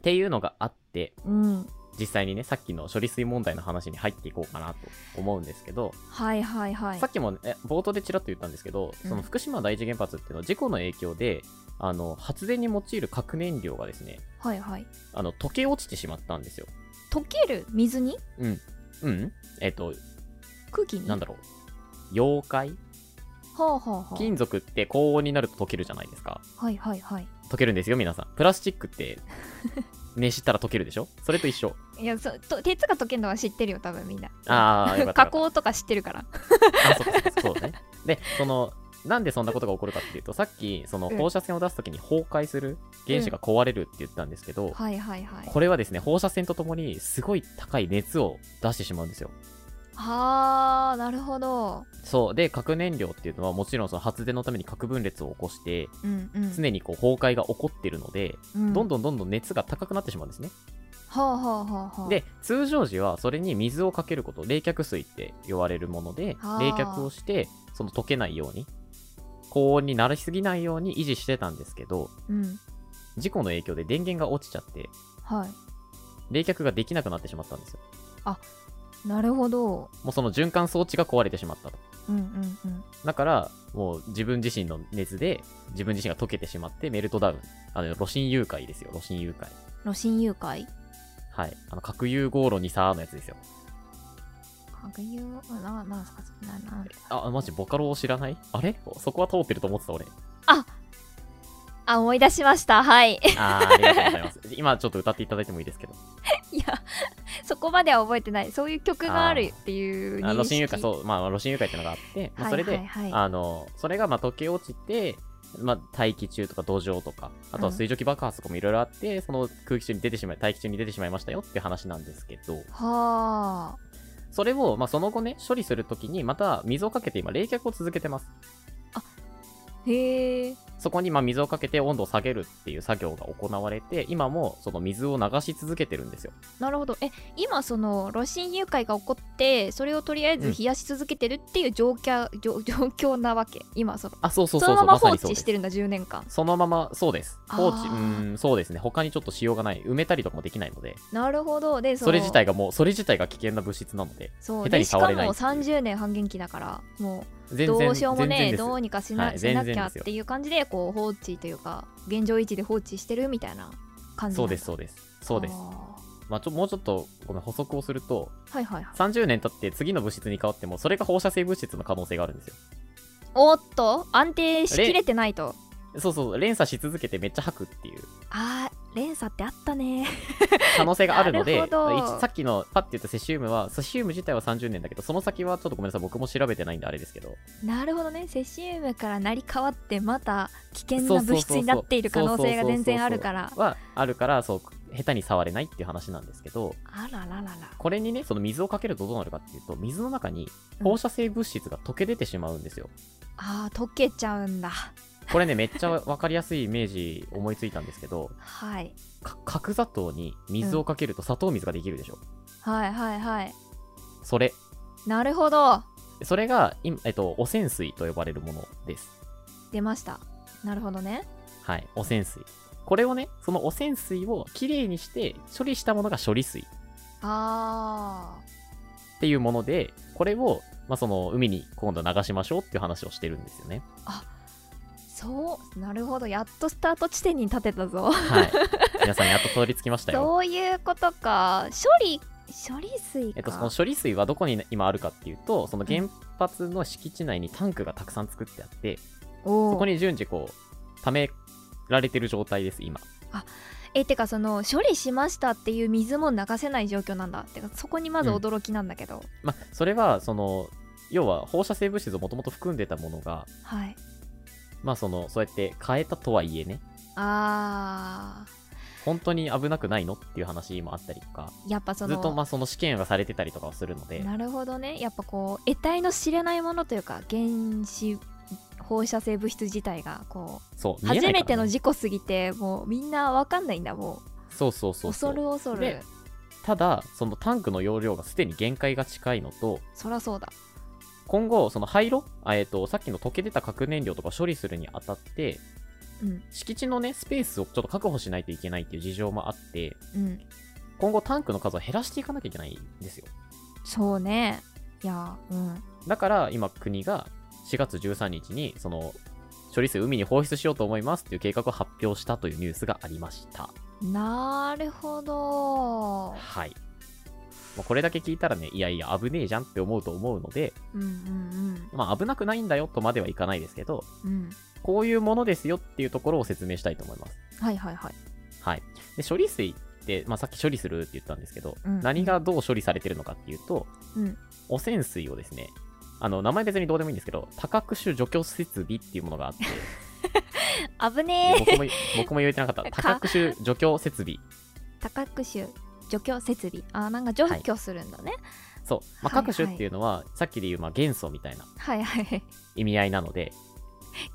Speaker 1: っていうのがあって
Speaker 2: うん
Speaker 1: 実際にね、さっきの処理水問題の話に入っていこうかなと思うんですけど、
Speaker 2: はいはいはい
Speaker 1: さっきも、ね、冒頭でちらっと言ったんですけど、そ
Speaker 2: うん
Speaker 1: の福島第一原発っていうのは事故の影響で、あの、発電に用いる核燃料がですね、
Speaker 2: はいはい
Speaker 1: あの、溶け落ちてしまったんですよ。
Speaker 2: 溶ける水に
Speaker 1: うん。うん。えっと、
Speaker 2: 空気に
Speaker 1: なんだろう。溶解
Speaker 2: はあはあは
Speaker 1: 金属って高温になると溶けるじゃないですか。
Speaker 2: あはいはいはい
Speaker 1: 溶けるんですよ、皆さん。プラスチックって 熱したら溶けるでしょそれと一緒。
Speaker 2: いやそうと鉄が溶けるのは知ってるよ多分みんな
Speaker 1: ああ、よか った
Speaker 2: 加
Speaker 1: よかっ
Speaker 2: 工とか知ってるから
Speaker 1: た。あ、そうかそうかそうだね。で、その、なんでそんなことが起こるかっていうと、さっき、その
Speaker 2: うん
Speaker 1: 放射線を出すときに崩壊する、原子が壊れるって言ったんですけど、
Speaker 2: はいはいはい
Speaker 1: これはですね、放射線とともにすごい高い熱を出してしまうんですよ。
Speaker 2: はあなるほど
Speaker 1: そう。で、核燃料っていうのはもちろんその発電のために核分裂を起こして、
Speaker 2: うんうん
Speaker 1: 常にこう崩壊が起こってるので、
Speaker 2: うん
Speaker 1: どんどんどんどん熱が高くなってしまうんですね。
Speaker 2: はあはあはあはあ
Speaker 1: で、通常時はそれに水をかけること、冷却水って言われるもので
Speaker 2: あ、ー
Speaker 1: 冷却をして、その溶けないように、高温になりすぎないように維持してたんですけど、
Speaker 2: うん
Speaker 1: 事故の影響で電源が落ちちゃって、
Speaker 2: はい
Speaker 1: 冷却ができなくなってしまったんですよ。
Speaker 2: なるほど
Speaker 1: もうその循環装置が壊れてしまったと。
Speaker 2: うんうんうん
Speaker 1: だから、もう自分自身の熱で、自分自身が溶けてしまって、メルトダウン。あの、炉心融解ですよ、炉心融解。
Speaker 2: 炉心誘拐
Speaker 1: はい。あの、核融合炉にさーのやつですよ。
Speaker 2: 核融ななんすかそれななん
Speaker 1: あ、マジ、ボカロを知らないあれそこは通ってると思ってた、 俺。
Speaker 2: あ思い出しましたはい
Speaker 1: あーありがとうございます。 今ちょっと歌っていただいてもいいですけど。
Speaker 2: いやそこまでは覚えてないそういう曲があるっていう認識
Speaker 1: あ露心誘拐、そう、まあ、露心誘拐っていうのがあって、まあ、それで、
Speaker 2: はいはいはい
Speaker 1: あの、それがまあ溶け落ちて、まあ、大気中とか土壌とか、あとは水蒸気爆発とかもいろいろあって、その空気中に出てしまい、大気中に出てしまいましたよっていう話なんですけど、
Speaker 2: はあ
Speaker 1: それを、まあ、その後ね、処理するときに、また水をかけて今、冷却を続けてます。
Speaker 2: へえ
Speaker 1: そこに、まあ、水をかけて温度を下げるっていう作業が行われて、今も、その水を流し続けてるんですよ。
Speaker 2: なるほどえ今その炉心誘拐が起こってそれをとりあえず冷やし続けてるっていう状況,、状 状況なわけ今その
Speaker 1: あ、そうそう
Speaker 2: そ
Speaker 1: そうそう、
Speaker 2: のまま放
Speaker 1: さにそうで
Speaker 2: 置し
Speaker 1: す
Speaker 2: てるんだ10年間
Speaker 1: そのまま、そうです。放置、
Speaker 2: あ
Speaker 1: う
Speaker 2: ー
Speaker 1: ーん、そうですね。他にちょっとしようがない。埋めたりとかもできないので、
Speaker 2: なるほどでその
Speaker 1: それ自体がもう、それ自体が危険な物質なので、
Speaker 2: そう
Speaker 1: 下手に
Speaker 2: でしか
Speaker 1: 触れない
Speaker 2: も
Speaker 1: っていう
Speaker 2: 30年半減期だからもう
Speaker 1: 全然、
Speaker 2: どうしようも
Speaker 1: 全然
Speaker 2: ね
Speaker 1: です
Speaker 2: どうにかしな,、
Speaker 1: はい
Speaker 2: し
Speaker 1: 全
Speaker 2: な
Speaker 1: 然
Speaker 2: きゃっ
Speaker 1: ですよ
Speaker 2: ていう感じでこう放置というか現状維持で放置してるみたいな感じ
Speaker 1: そ
Speaker 2: なんだ
Speaker 1: うです、そうです。そうです。
Speaker 2: あ
Speaker 1: まあ、ちょ、もうちょっと、ごめん、補足をすると、
Speaker 2: ーはいはいはい
Speaker 1: 30年経って次の物質に変わっても、それが放射性物質の可能性があるんですよ。
Speaker 2: おっと安定しきれてないと
Speaker 1: そうそう、連鎖し続けてめっちゃ吐くっていう
Speaker 2: あー連鎖ってあったね
Speaker 1: 可能性があるの
Speaker 2: な
Speaker 1: で、
Speaker 2: るほど
Speaker 1: いさっきのパッて言ったセシウムは、セシウム自体は30年だけど、その先はちょっとごめんなさい、僕も調べてないんであれですけど、
Speaker 2: なるほどねセシウムから成り変わってまた危険な物質になっている可能性が全然あるから
Speaker 1: はあるから、そう、下手に触れないっていう話なんですけど、
Speaker 2: あらららら
Speaker 1: これにね、その水をかけるとどうなるかっていうと、水の中に放射性物質が溶け出てしまうんですよ。
Speaker 2: あー溶けちゃうんだ
Speaker 1: これね、めっちゃわかりやすいイメージ思いついたんですけど、
Speaker 2: はい
Speaker 1: か角砂糖に水をかけると砂糖水ができるでしょ。
Speaker 2: はいはいはい
Speaker 1: それ。
Speaker 2: なるほど
Speaker 1: それが、今えっと、汚染水と呼ばれるものです。
Speaker 2: 出ましたなるほどね
Speaker 1: はい、汚染水。これをね、その汚染水をきれいにして処理したものが処理水っ
Speaker 2: あ
Speaker 1: ていうもので、これを、まあ、その海に今度流しましょうっていう話をしてるんですよね。
Speaker 2: ーそうなるほどやっとスタート地点に立てたぞ
Speaker 1: はい。 皆さんやっとたどり着きましたよ。
Speaker 2: そういうことか処理処理水か、
Speaker 1: えっと、その処理水はどこに今あるかっていうと、その原発の敷地内にタンクがたくさん作ってあって、
Speaker 2: おー
Speaker 1: そこに順次こう、溜められてる状態です、今。
Speaker 2: えてかその処理しましたっていう水も流せない状況なんだてかそこにまず驚きなんだけど、
Speaker 1: まあ、それは、その、要は放射性物質をもともと含んでたものが、
Speaker 2: はい
Speaker 1: まあ、その、そうやって変えたとはいえね、
Speaker 2: あ
Speaker 1: 本当に危なくないのっていう話もあったりとか、
Speaker 2: ーやっぱそ
Speaker 1: ず
Speaker 2: の
Speaker 1: っとまあその試験がされてたりとかをするので、
Speaker 2: なるほどねやっぱこう得体の知れないものというか原子放射性物質自体がこ
Speaker 1: そう、
Speaker 2: う
Speaker 1: 見えな
Speaker 2: 初
Speaker 1: いからね
Speaker 2: めての事故すぎてもうみんなわかんないんだも
Speaker 1: そうそう
Speaker 2: う
Speaker 1: そうそう
Speaker 2: 恐る恐る
Speaker 1: でただ、そのタンクの容量がすでに限界が近いのと、
Speaker 2: そらそうだ
Speaker 1: 今後、その廃炉、あえっと、さっきの溶け出た核燃料とかを処理するにあたって、
Speaker 2: うん
Speaker 1: 敷地のね、スペースをちょっと確保しないといけないっていう事情もあって、
Speaker 2: うん
Speaker 1: 今後タンクの数を減らしていかなきゃいけないんですよ。
Speaker 2: そうねいやうん
Speaker 1: だから今国が4月13日にその処理水を海に放出しようと思いますっていう計画を発表したというニュースがありました。
Speaker 2: なるほど
Speaker 1: はい。まあこれだけ聞いたらね、いやいや危ねえじゃんって思うと思うので、
Speaker 2: うんうん
Speaker 1: まあ危なくないんだよとまではいかないですけど、
Speaker 2: うんうん
Speaker 1: こういうものですよっていうところを説明したいと思います。
Speaker 2: はいはいはい
Speaker 1: はい。で、処理水って、まあさっき処理するって言ったんですけど、
Speaker 2: うん
Speaker 1: 何がどう処理されてるのかっていうと、
Speaker 2: うん
Speaker 1: 汚染水をですね、あの、名前別にどうでもいいんですけど、多角種除去設備っていうものがあって、
Speaker 2: 危ねえ
Speaker 1: 僕も、僕も言えてなかった。多角種除去設備。
Speaker 2: 多角種除去設備あーなんか除去するんだね、
Speaker 1: そう。まあ、
Speaker 2: はい
Speaker 1: 各種っていうのは、さっきで言う、まあ、元素みたいな
Speaker 2: はい、はいはい
Speaker 1: 意味合いなので、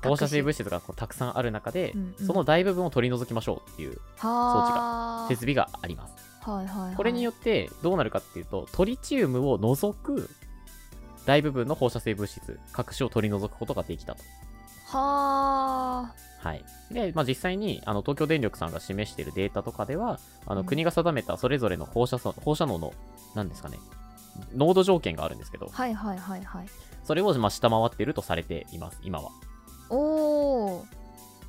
Speaker 2: 各種
Speaker 1: 放射性物質がこうたくさんある中で、
Speaker 2: うんうん
Speaker 1: その大部分を取り除きましょうっていう
Speaker 2: はー
Speaker 1: 設備があります。
Speaker 2: はいはいはい
Speaker 1: これによ
Speaker 2: っ
Speaker 1: ってどうなるかっていうと、トリチウムを除く大部分の放射性物質、各種を取り除くことができたと。
Speaker 2: は
Speaker 1: はい。で、まあ、実際に、あの、東京電力さんが示しているデータとかでは、あ
Speaker 2: う
Speaker 1: の、
Speaker 2: ん
Speaker 1: 国が定めたそれぞれの放射素、放射能の、なんですかね、濃度条件があるんですけど
Speaker 2: ー、はいはいはいはい
Speaker 1: それを、まあ、下回っているとされています、今は。
Speaker 2: おー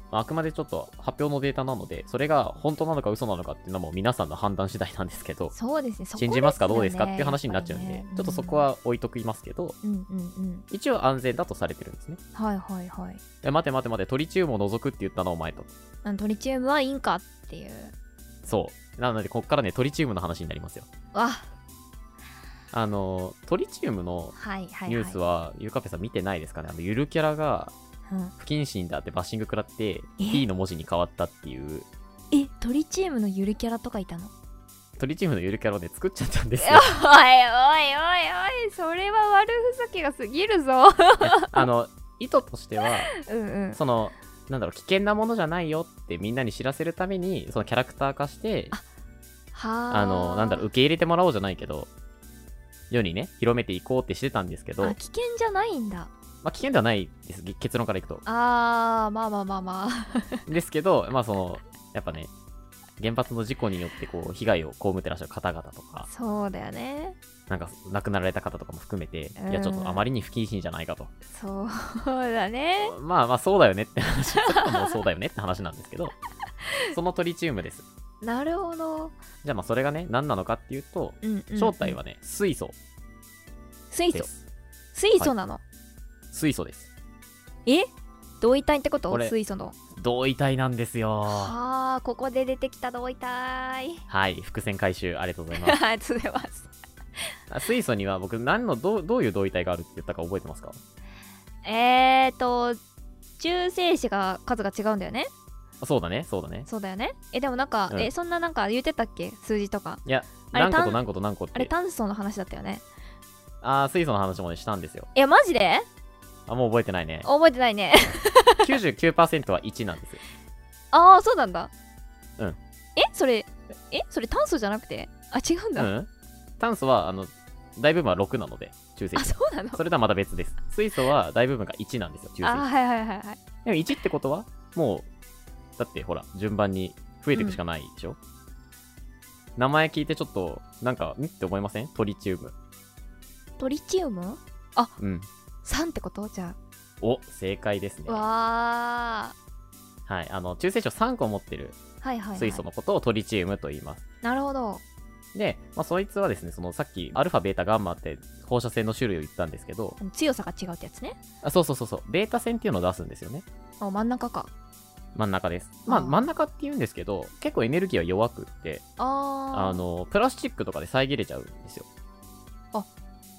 Speaker 1: まああくまでちょっと発表のデータなので、それが本当なのか嘘なのかっていうのはもう皆さんの判断次第なんですけど、
Speaker 2: そうですねそこ
Speaker 1: 信じますかどうですかっ
Speaker 2: よね
Speaker 1: ていう話になっちゃうんで、
Speaker 2: やぱりね
Speaker 1: ちょっとそこは置いときますけど、
Speaker 2: うんうんうん
Speaker 1: 一応安全だとされてるんですね。
Speaker 2: はいはいはい
Speaker 1: え待て待て待て、トリチウムを除くって言ったな、お前と。
Speaker 2: あのトリチウムはいいんかっていう
Speaker 1: そう。なので、こっからね、トリチウムの話になりますよ。
Speaker 2: わ
Speaker 1: あの、トリチウムの
Speaker 2: はいはいはい
Speaker 1: ニュースは、ゆうかぺさん見てないですかねあの、ゆるキャラが
Speaker 2: うん
Speaker 1: 不謹慎だってバッシング食らって、
Speaker 2: え
Speaker 1: T の文字に変わったっていう、
Speaker 2: えトリチウムのゆるキャラとかいたの
Speaker 1: トリチウムのゆるキャラをね、作っちゃったんです
Speaker 2: おい
Speaker 1: よ。
Speaker 2: おいおいおいそれは悪ふざけが過ぎるぞ
Speaker 1: あの、意図としては、
Speaker 2: うんうん
Speaker 1: その、なんだろう、危険なものじゃないよってみんなに知らせるために、そのキャラクター化して、
Speaker 2: はあ
Speaker 1: あの、なんだろう、受け入れてもらおうじゃないけど、世にね、広めていこうってしてたんですけど、
Speaker 2: あ危険じゃないんだ。
Speaker 1: まあ、危険ではないです、げ結論からいくと
Speaker 2: あーまあまあまあまあ
Speaker 1: ですけど、まあその、やっぱね、原発の事故によってこう被害を被ってらっしゃる方々とか、
Speaker 2: そうだよね
Speaker 1: なんか亡くなられた方とかも含めて、いや、ちょっとあまりに不謹慎じゃないかと。
Speaker 2: そうだね
Speaker 1: まあまあ、そうだよねって話、そこはもうそうだよねって話なんですけ ど、そのトリチウムです。
Speaker 2: なるほど、
Speaker 1: じゃあまあ、それがね、何なのかっていうと、
Speaker 2: うんうん
Speaker 1: 正体はね、水素
Speaker 2: 水
Speaker 1: で
Speaker 2: 素
Speaker 1: す。
Speaker 2: 水素なの、
Speaker 1: 水素です。
Speaker 2: え同位体ってこと
Speaker 1: これ
Speaker 2: 水素の
Speaker 1: 同位体なんですよ。
Speaker 2: はあここで出てきた同位体
Speaker 1: はい、伏線回収ありがとうござい ます。
Speaker 2: ありがとうございます
Speaker 1: あ水素には僕何のどうどういう同位体があるって言ったか覚えてますか
Speaker 2: えーと中性子が数が違うんだよね
Speaker 1: あそうだね、そうだね。
Speaker 2: そうだよねえでもなんか、
Speaker 1: うん
Speaker 2: えそんななんか言ってたっけ数字とか
Speaker 1: いや、
Speaker 2: あれ
Speaker 1: 何個と
Speaker 2: 炭
Speaker 1: 何個と何個っ
Speaker 2: あれ
Speaker 1: て。
Speaker 2: 炭素の話だったよね
Speaker 1: あー水素の話もねしたんですよ。
Speaker 2: いやマジで
Speaker 1: あ、もう覚えてないね。
Speaker 2: 覚えてないね
Speaker 1: 99%は1なんですよ。
Speaker 2: ああそうなんだ
Speaker 1: うん
Speaker 2: えそれえそれ炭素じゃなくてあ違うん
Speaker 1: う
Speaker 2: だ、
Speaker 1: ん。炭素は、あの、大部分は6なので、中性
Speaker 2: あ
Speaker 1: 子。
Speaker 2: そうなの
Speaker 1: それとはまた別です。水素は大部分が1なんですよ、中性
Speaker 2: あ
Speaker 1: 子。
Speaker 2: はいはいはいはい
Speaker 1: でも1ってことは、もう、だってほら、順番に増えていくしかないでしょ、名前聞いてちょっと、なんか、んって思いませんトリチウム。
Speaker 2: トリチウム
Speaker 1: うん。
Speaker 2: 3ってことじゃ
Speaker 1: お、正解ですね
Speaker 2: あ。わー
Speaker 1: はい。あの、中性子を3個持ってる
Speaker 2: はいはい、はい、
Speaker 1: 水素のことをトリチウムと言います。
Speaker 2: なるほど
Speaker 1: で、まあ、そいつはですね、そのさっき、アルファ、ベータ、ガンマって放射線の種類を言ったんですけど、
Speaker 2: あの強さが違うってやつね
Speaker 1: あそうそうそうそう、ベータ線っていうのを出すんですよね。
Speaker 2: あ真ん中か
Speaker 1: 真ん中です。まあ、
Speaker 2: あー
Speaker 1: 真ん中って言うんですけど、結構エネルギーは弱くって、
Speaker 2: あー
Speaker 1: あの、プラスチックとかで遮れちゃうんですよ。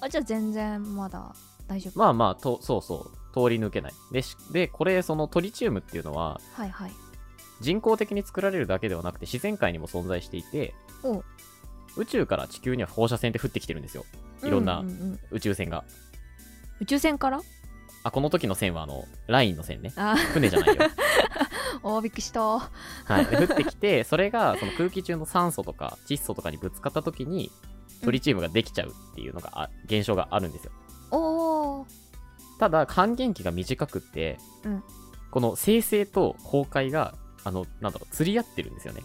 Speaker 2: あじゃあ全然まだ大丈夫、
Speaker 1: まあまあ、と、そうそう、通り抜けない。で、しで、これ、そのトリチウムっていうのは、
Speaker 2: はいはい
Speaker 1: 人工的に作られるだけではなくて、自然界にも存在していて
Speaker 2: お、
Speaker 1: 宇宙から地球には放射線って降ってきてるんですよ。いろんな
Speaker 2: うううん
Speaker 1: 宇宙船が。
Speaker 2: 宇宙船から
Speaker 1: あ、この時の線は、あの、ラインの線ね。
Speaker 2: あー
Speaker 1: 船じゃないよ。
Speaker 2: おーびっくりしたは
Speaker 1: はい、で降ってきて、 それがその空気中の酸素とか窒素とかにぶつかった時に、トリチウムができちゃうっていうのが、あ現象があるんですよ。
Speaker 2: おお
Speaker 1: ただ、還元期が短くって、
Speaker 2: うん
Speaker 1: この生成と崩壊が、あの、なんだろう、釣り合ってるんですよね。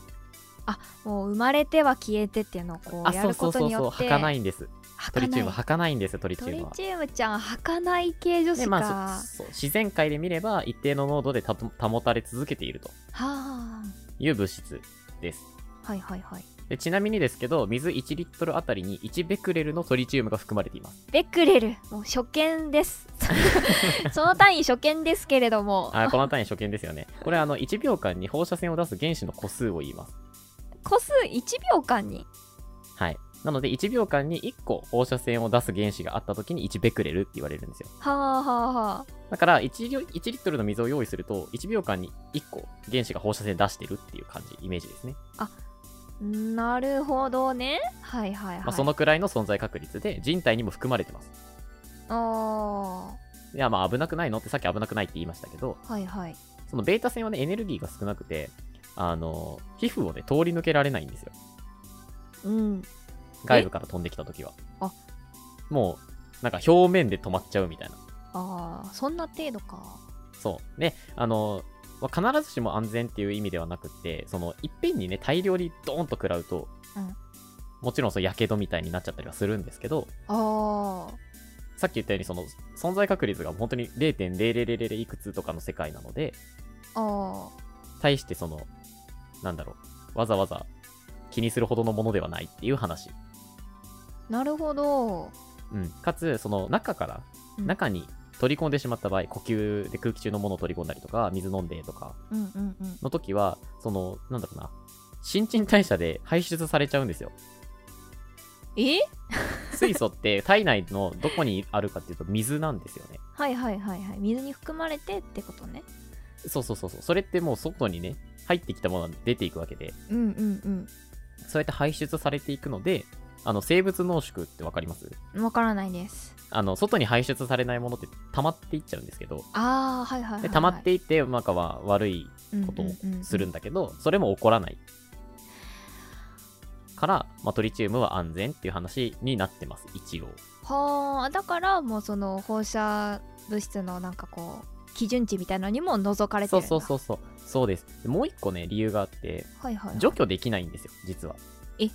Speaker 2: もう生まれては消えてっていうのをこ
Speaker 1: あ
Speaker 2: うや
Speaker 1: そう
Speaker 2: る
Speaker 1: そ
Speaker 2: こ
Speaker 1: う
Speaker 2: と
Speaker 1: そう
Speaker 2: によ
Speaker 1: そう
Speaker 2: って
Speaker 1: 吐かないんですトリチウム
Speaker 2: は
Speaker 1: 吐かないんですよトリチ
Speaker 2: ト
Speaker 1: ウム
Speaker 2: リ
Speaker 1: は
Speaker 2: チウムちゃんはかない系女子
Speaker 1: で
Speaker 2: か、
Speaker 1: まあそそう自然界で見れば一定の濃度でたと保たれ続けていると
Speaker 2: は
Speaker 1: いう物質です
Speaker 2: あはいはいはい
Speaker 1: でちなみにですけど水1リットルあたりに1ベクレルのトリチウムが含まれています
Speaker 2: ベクレルもう初見です その単位初見ですけれども
Speaker 1: あーこの単位初見ですよねこれあの1秒間に放射線を出す原子の個数を言います
Speaker 2: 個数1秒間に
Speaker 1: はいなので1秒間に1個放射線を出す原子があった時に1ベクレルって言われるんですよ
Speaker 2: はあはあは
Speaker 1: だから 1, リ1リットルの水を用意すると1秒間に1個原子が放射線出してるっていう感じイメージですね、
Speaker 2: あなるほどねはいはいはい、
Speaker 1: まあ、そのくらいの存在確率で人体にも含まれてます
Speaker 2: あ
Speaker 1: いやまあ危なくないのってさっき危なくないって言いましたけど
Speaker 2: ーはいはい
Speaker 1: そのベータ線はねエネルギーが少なくてあの皮膚をね通り抜けられないんですよ
Speaker 2: うん
Speaker 1: 外部から飛んできた時は
Speaker 2: あ
Speaker 1: もうなんか表面で止まっちゃうみたいな
Speaker 2: ああそんな程度か
Speaker 1: そうであのまあ必ずしも安全っていう意味ではなくってそのいっぺんにね大量にドーンと食らうと、
Speaker 2: うん
Speaker 1: もちろんそうやけどみたいになっちゃったりはするんですけど
Speaker 2: ああ
Speaker 1: さっき言ったようにその存在確率が本当に0.0000いくつとかの世界なので
Speaker 2: あ
Speaker 1: 対してそのなんだろうわざわざ気にするほどのものではないっていう話、
Speaker 2: ーなるほど
Speaker 1: うん、かつその中から
Speaker 2: うん
Speaker 1: 中に取り込んでしまった場合呼吸で空気中のものを取り込んだりとか水飲んでとか
Speaker 2: うんうんうん
Speaker 1: の時はそのなんだろうな新陳代謝で排出されちゃうんですよ
Speaker 2: え
Speaker 1: 水素って 体内のどこにあるかっていうと水なんですよね
Speaker 2: はいはいはいはい水に含まれてってことね
Speaker 1: そうそうそうそうそれってもう外にね入ってきたものが出ていくわけで
Speaker 2: うんうん
Speaker 1: そうやって排出されていくのであの生物濃縮ってわかります
Speaker 2: うんわからないです
Speaker 1: あの外に排出されないものって溜まっていっちゃうんですけど
Speaker 2: ああはいはいはい、は
Speaker 1: で
Speaker 2: い、
Speaker 1: 溜まっていってなんかは悪いことをするんだけど、それも起こらないから、まあ、トリチウムは安全っていう話になってます一応
Speaker 2: はあだからもうその放射物質のなんかこう基準値みたいのにも除かれて
Speaker 1: そ
Speaker 2: る
Speaker 1: うん
Speaker 2: だ
Speaker 1: そうそうそうそうですでもう一個ね理由があって
Speaker 2: はいはいはい、
Speaker 1: 除去できないんですよ実は
Speaker 2: え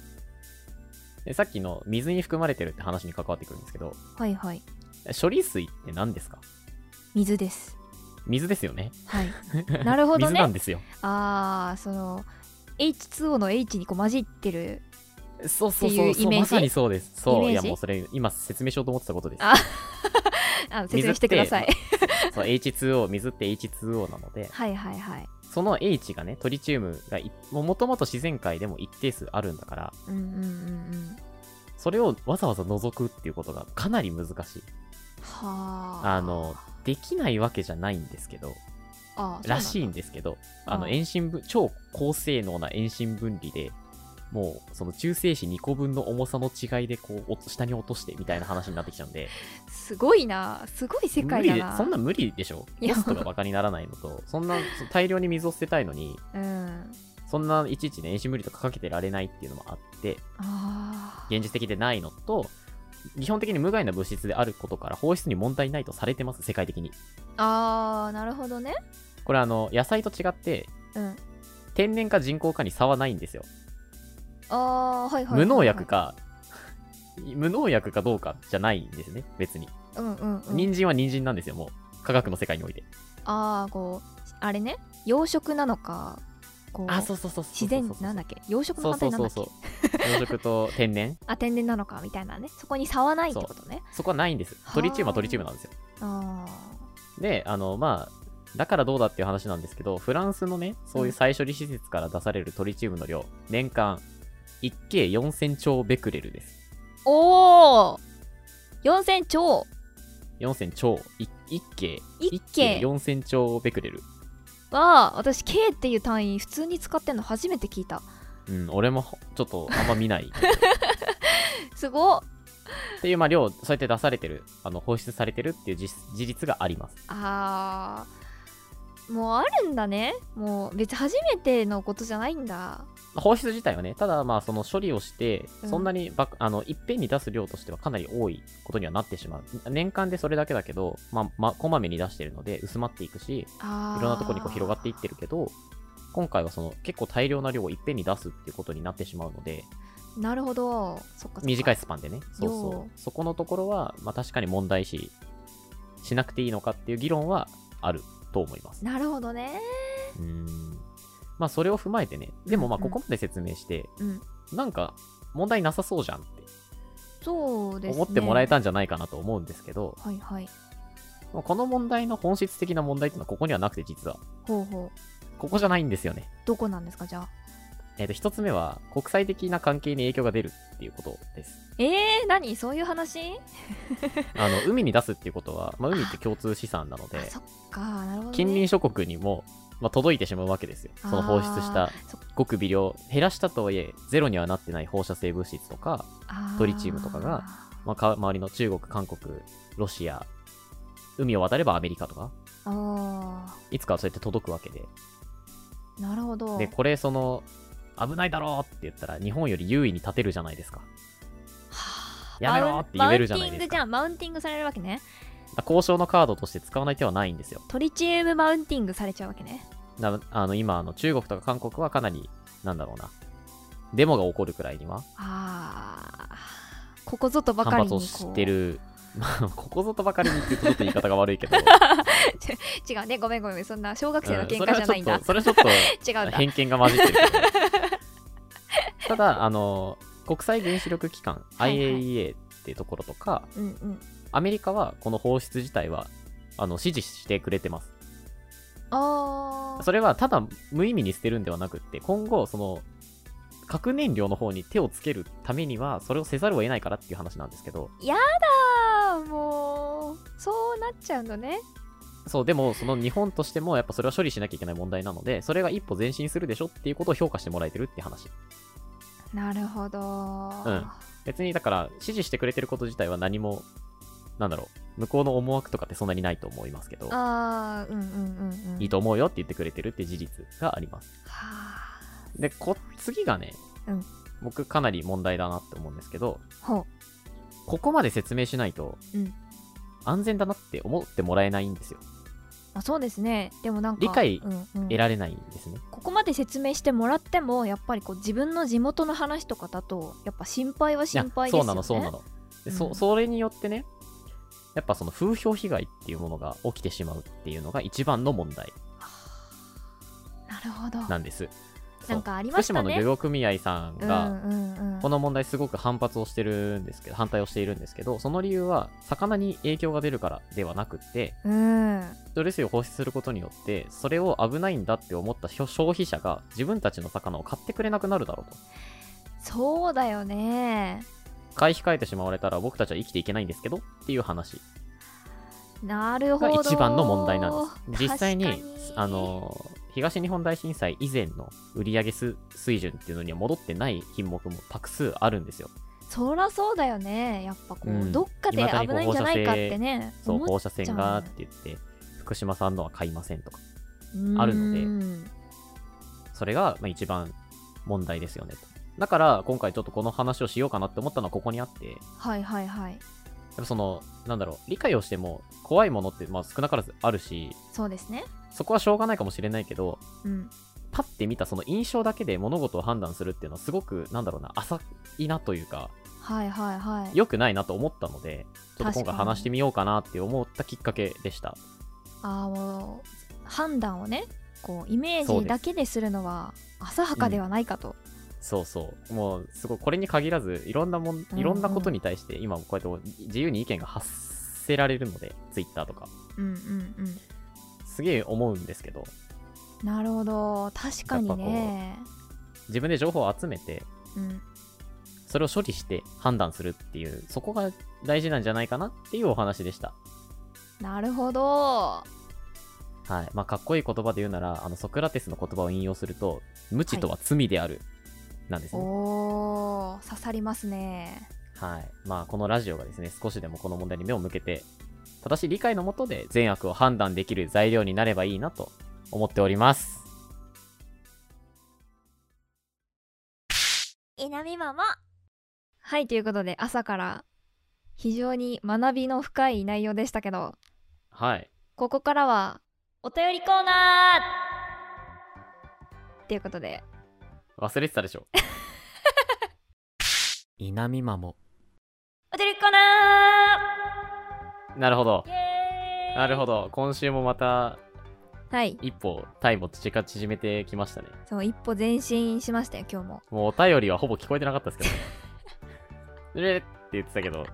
Speaker 1: でさっきの水に含まれてるって話に関わってくるんですけど
Speaker 2: はいはい
Speaker 1: 処理水って何ですか
Speaker 2: 水です
Speaker 1: 水ですよね
Speaker 2: はい なるほど
Speaker 1: 水な
Speaker 2: ね
Speaker 1: んですよ
Speaker 2: ああその H2O の H にこう混じってる
Speaker 1: そうそう
Speaker 2: って
Speaker 1: そ
Speaker 2: いうう
Speaker 1: そ
Speaker 2: イ
Speaker 1: う
Speaker 2: メージ
Speaker 1: まさにそうですそう
Speaker 2: イメージ
Speaker 1: いやもうそれ今説明しようと思ってたことです
Speaker 2: ああ説
Speaker 1: 水
Speaker 2: 明
Speaker 1: っ
Speaker 2: してください
Speaker 1: そう H2O 水って H2O なので
Speaker 2: はいはいはい
Speaker 1: その H がねトリチウムがいもともと自然界でも一定数あるんだから
Speaker 2: うんうんうんうん
Speaker 1: それをわざわざ除くっていうことがかなり難しい
Speaker 2: はあ
Speaker 1: あのできないわけじゃないんですけど
Speaker 2: あ
Speaker 1: らしいん
Speaker 2: で
Speaker 1: ですけどあ
Speaker 2: あ
Speaker 1: の
Speaker 2: あ
Speaker 1: 遠心分超高性能な遠心分離でもうその中性子2個分の重さの違いでこうお下に落としてみたいな話になってきちゃうんです
Speaker 2: ごいなすごい世
Speaker 1: 無
Speaker 2: 界
Speaker 1: 理
Speaker 2: だ
Speaker 1: で
Speaker 2: な
Speaker 1: そんな無理でしょコ
Speaker 2: いや
Speaker 1: ストがバカにならないのとそんなそ大量に水を捨てたいのに
Speaker 2: うん
Speaker 1: そんないちいちね、遠心無理とかかけてられないっていうのもあって、
Speaker 2: あー
Speaker 1: 現実的でないのと、基本的に無害な物質であることから放出に問題ないとされてます、世界的に。
Speaker 2: あーなるほどね
Speaker 1: これあの、野菜と違って、
Speaker 2: うん
Speaker 1: 天然か人工かに差はないんですよ。
Speaker 2: あーはいはいはいはい
Speaker 1: 無農薬か、 無農薬かどうかじゃないんですね、別に。
Speaker 2: うんうん、うん、
Speaker 1: 人参は人参なんですよ、もう。科学の世界において。
Speaker 2: ああこうあれね養殖なのかこう
Speaker 1: あ、そうそうそうそう。
Speaker 2: 自然なんだっけ養殖
Speaker 1: そ
Speaker 2: の
Speaker 1: うそ
Speaker 2: 反対
Speaker 1: う
Speaker 2: な
Speaker 1: そう
Speaker 2: んだっ
Speaker 1: そう
Speaker 2: け。
Speaker 1: 養殖と天然
Speaker 2: あ天然なのかみたいなねそこに差はないってことね
Speaker 1: そこはないん です。トリチウムはトリチウムなんですよ。
Speaker 2: あ
Speaker 1: で、あの、まあ、だからどうだっていう話なんですけど、フランスのね、そういう再処理施設から出されるトリチウムの量、年間、1計4000兆ベクレルです。
Speaker 2: ーおお4000兆
Speaker 1: 4000兆、1計、
Speaker 2: 一
Speaker 1: 計
Speaker 2: 計
Speaker 1: 4000兆ベクレル。
Speaker 2: は私 K っていう単位普通に使ってんの初めて聞いた
Speaker 1: うん、俺もちょっとあんま見ない。
Speaker 2: すごっ
Speaker 1: っていう、まあ、量、そうやって出されてる、あの放出されてるっていう事事実があります。
Speaker 2: あーもうあるんだねもう別に初めてのことじゃないんだ
Speaker 1: 放出自体はね、ただ、まあ、その処理をして、
Speaker 2: うん
Speaker 1: そんなにば、あの、いっぺんに出す量としてはかなり多いことにはなってしまう。年間でそれだけだけど、まあ、ま、こまめに出してるので、薄まっていくし、
Speaker 2: あ
Speaker 1: い
Speaker 2: ー
Speaker 1: ろんなとこにこう広がっていってるけど、今回はその結構大量な量をいっぺんに出すっていうことになってしまうので、
Speaker 2: なるほどそっかそっか
Speaker 1: 短いスパンでね。そう
Speaker 2: よ
Speaker 1: そう。そこのところは、まあ確かに問題視しなくていいのかっていう議論はあると思います。
Speaker 2: なるほどね
Speaker 1: うーん。まあそれを踏まえてね、でもまあ
Speaker 2: うんう
Speaker 1: ここ
Speaker 2: ん
Speaker 1: まで説明して、
Speaker 2: うん
Speaker 1: なんか問題なさそうじゃんって
Speaker 2: そうですね
Speaker 1: 思ってもらえたんじゃないかなと思うんですけど、
Speaker 2: はいはい
Speaker 1: まあこの問題の本質的な問題っていうのはここにはなくて実は、
Speaker 2: ほうほう
Speaker 1: ここじゃないんですよね。
Speaker 2: どこなんですかじゃあ
Speaker 1: えっ、と、一つ目は国際的な関係に影響が出るっていうことです。
Speaker 2: えー、何そういう話
Speaker 1: あ の、海に出すっていうことは、まあ海って共通資産なので
Speaker 2: あ、そっかなるほど、ね、
Speaker 1: 近隣諸国にも、まあ、届いてしまうわけですよ。その放出した
Speaker 2: あーそっ
Speaker 1: ごく微量、減らしたとはいえ、ゼロにはなってない放射性物質とか、
Speaker 2: あー
Speaker 1: トリチウムとかがまあ、か周りの中国、韓国、ロシア、海を渡ればアメリカとか、
Speaker 2: あ
Speaker 1: いつかはそうやって届くわけで。
Speaker 2: ーなるほど
Speaker 1: で、これ、その、危ないだろうって言ったら、日本より優位に立てるじゃないですか。
Speaker 2: はあ
Speaker 1: やめろって言えるじゃないですか。
Speaker 2: マウンティングじゃんマウンティングされるわけね
Speaker 1: だ交渉のカードとして使わない手はないんですよ。
Speaker 2: トリチウムマウンティングされちゃうわけね
Speaker 1: なあの今あの、中国とか韓国はかなり、なんだろうな、デモが起こるくらいには、
Speaker 2: ああここぞとばか
Speaker 1: 反
Speaker 2: りに
Speaker 1: 発
Speaker 2: こ
Speaker 1: を
Speaker 2: う
Speaker 1: してる。まあ、 ここぞとばかりにって言うとちょっと言い方が悪いけ ど。
Speaker 2: 違うねごめんごめんそんな小学生の
Speaker 1: うん
Speaker 2: 喧
Speaker 1: それ
Speaker 2: 嘩じ
Speaker 1: は
Speaker 2: ゃ
Speaker 1: ち
Speaker 2: ない
Speaker 1: ょ
Speaker 2: ん
Speaker 1: っ
Speaker 2: だ、
Speaker 1: と、それはちょっと
Speaker 2: 違うんだ
Speaker 1: 偏見が混じって るけど。ただ、あの、国際原子力機関、
Speaker 2: はいはい
Speaker 1: IAEA っていうところとか、
Speaker 2: うんうん
Speaker 1: アメリカはこの放出自体は、あの、支持してくれてます。
Speaker 2: あー
Speaker 1: それはただ無意味に捨てるんではなくって、今後、その、核燃料の方に手をつけるためには、それをせざるを得ないからっていう話なんですけど、
Speaker 2: あーもうそうなっちゃうのね
Speaker 1: そう、でも、その日本としても、やっぱそれは処理しなきゃいけない問題なので、それが一歩前進するでしょっていうことを評価してもらえてるって話。
Speaker 2: なるほど、
Speaker 1: ん別に、だから、支持してくれてること自体は何も、なんだろう、向こうの思惑とかってそんなにないと思いますけど、
Speaker 2: あーうんうんうんうん
Speaker 1: いいと思うよって言ってくれてるって事実があります。
Speaker 2: は
Speaker 1: で、こ、次がね、
Speaker 2: うん
Speaker 1: 僕かなり問題だなって思うんですけど、
Speaker 2: あほ
Speaker 1: ここまで説明しないと、
Speaker 2: ううん
Speaker 1: 安全だなって思ってもらえないんですよ。
Speaker 2: あそうですねでもなんか
Speaker 1: 理解
Speaker 2: うんうん
Speaker 1: 得られないんですね。
Speaker 2: ここまで説明してもらってもやっぱりこう自分の地元の話とかだとやっぱ心配はい
Speaker 1: や
Speaker 2: 心配ですよ
Speaker 1: そ
Speaker 2: ね
Speaker 1: うなのそうなの、で
Speaker 2: うん
Speaker 1: そそれによってねやっぱその風評被害っていうものが起きてしまうっていうのが一番の問題
Speaker 2: なるほど
Speaker 1: なんですそう
Speaker 2: なんかありました
Speaker 1: 福
Speaker 2: ね
Speaker 1: 島の漁業組合さん
Speaker 2: う
Speaker 1: が
Speaker 2: んうんうん
Speaker 1: この問題すごく反発をしてるんですけど反対をしているんですけどその理由は魚に影響が出るからではなくって
Speaker 2: うん
Speaker 1: 処理水を放出することによってそれを危ないんだって思った消消費者が自分たちの魚を買ってくれなくなるだろうと
Speaker 2: そうだよね
Speaker 1: 買い控えてしまわれたら僕たちは生きていけないんですけどっていう話
Speaker 2: なるほ
Speaker 1: が
Speaker 2: ど
Speaker 1: 一番の問題なんです。実際に
Speaker 2: 確か
Speaker 1: あの東日本大震災以前の売上す水準っていうのには戻ってない品目もたくさんあるんですよ。
Speaker 2: そらそうだよねやっぱこう、
Speaker 1: うん
Speaker 2: どっかで
Speaker 1: 未だに
Speaker 2: 危
Speaker 1: こう
Speaker 2: ないんじゃないかってね
Speaker 1: そう
Speaker 2: 思っ
Speaker 1: 放射線がって言って福島産のは買いませんとかあるので
Speaker 2: うん
Speaker 1: それがまあ一番問題ですよねと。だから今回ちょっとこの話をしようかなって思ったのはここにあってやっ
Speaker 2: はいはいはい
Speaker 1: ぱそのなんだろう理解をしても怖いものってまあ少なからずあるし
Speaker 2: そうですね
Speaker 1: そこはしょうがないかもしれないけど
Speaker 2: うん
Speaker 1: パッて見たその印象だけで物事を判断するっていうのはすごくなんだろうな浅いなというか
Speaker 2: はいはいはい
Speaker 1: 良くないなと思ったのでちょっと今回
Speaker 2: 確かに
Speaker 1: 話してみようかなって思ったきっかけでした
Speaker 2: あーもう判断をねこうイメージだけでするのは浅はかではないかと、
Speaker 1: そうそうもうすごいこれに限らずいろんなもんいろんなことに対して今こうやって自由に意見が発せられるので Twitter とか
Speaker 2: うん、うんうん
Speaker 1: すげえ思うんですけど
Speaker 2: なるほど確かにね
Speaker 1: 自分で情報を集めて
Speaker 2: うん
Speaker 1: それを処理して判断するっていうそこが大事なんじゃないかなっていうお話でした
Speaker 2: なるほど
Speaker 1: はい。まあ、かっこいい言葉で言うなら、あの、ソクラテスの言葉を引用すると、無知とは罪である、なんですね。
Speaker 2: おー刺さりますね
Speaker 1: はい。まあ、このラジオがですね、少しでもこの問題に目を向けて、正しい理解のもとで善悪を判断できる材料になればいいなと思っております。
Speaker 2: えなみママはいということで朝から非常に学びの深い内容でしたけど
Speaker 1: はい。
Speaker 2: ここからはお便りコーナっていうことで
Speaker 1: 忘れてたでしょ稲見まも
Speaker 2: おじりコーナ
Speaker 1: なるほど
Speaker 2: ーイエーイ
Speaker 1: なるほど今週もまた
Speaker 2: はい
Speaker 1: 一歩タイムを縮か縮めてきましたね
Speaker 2: そう一歩前進しましたよ今日も
Speaker 1: もうお便りはほぼ聞こえてなかったですけ どねうれって言ってたけど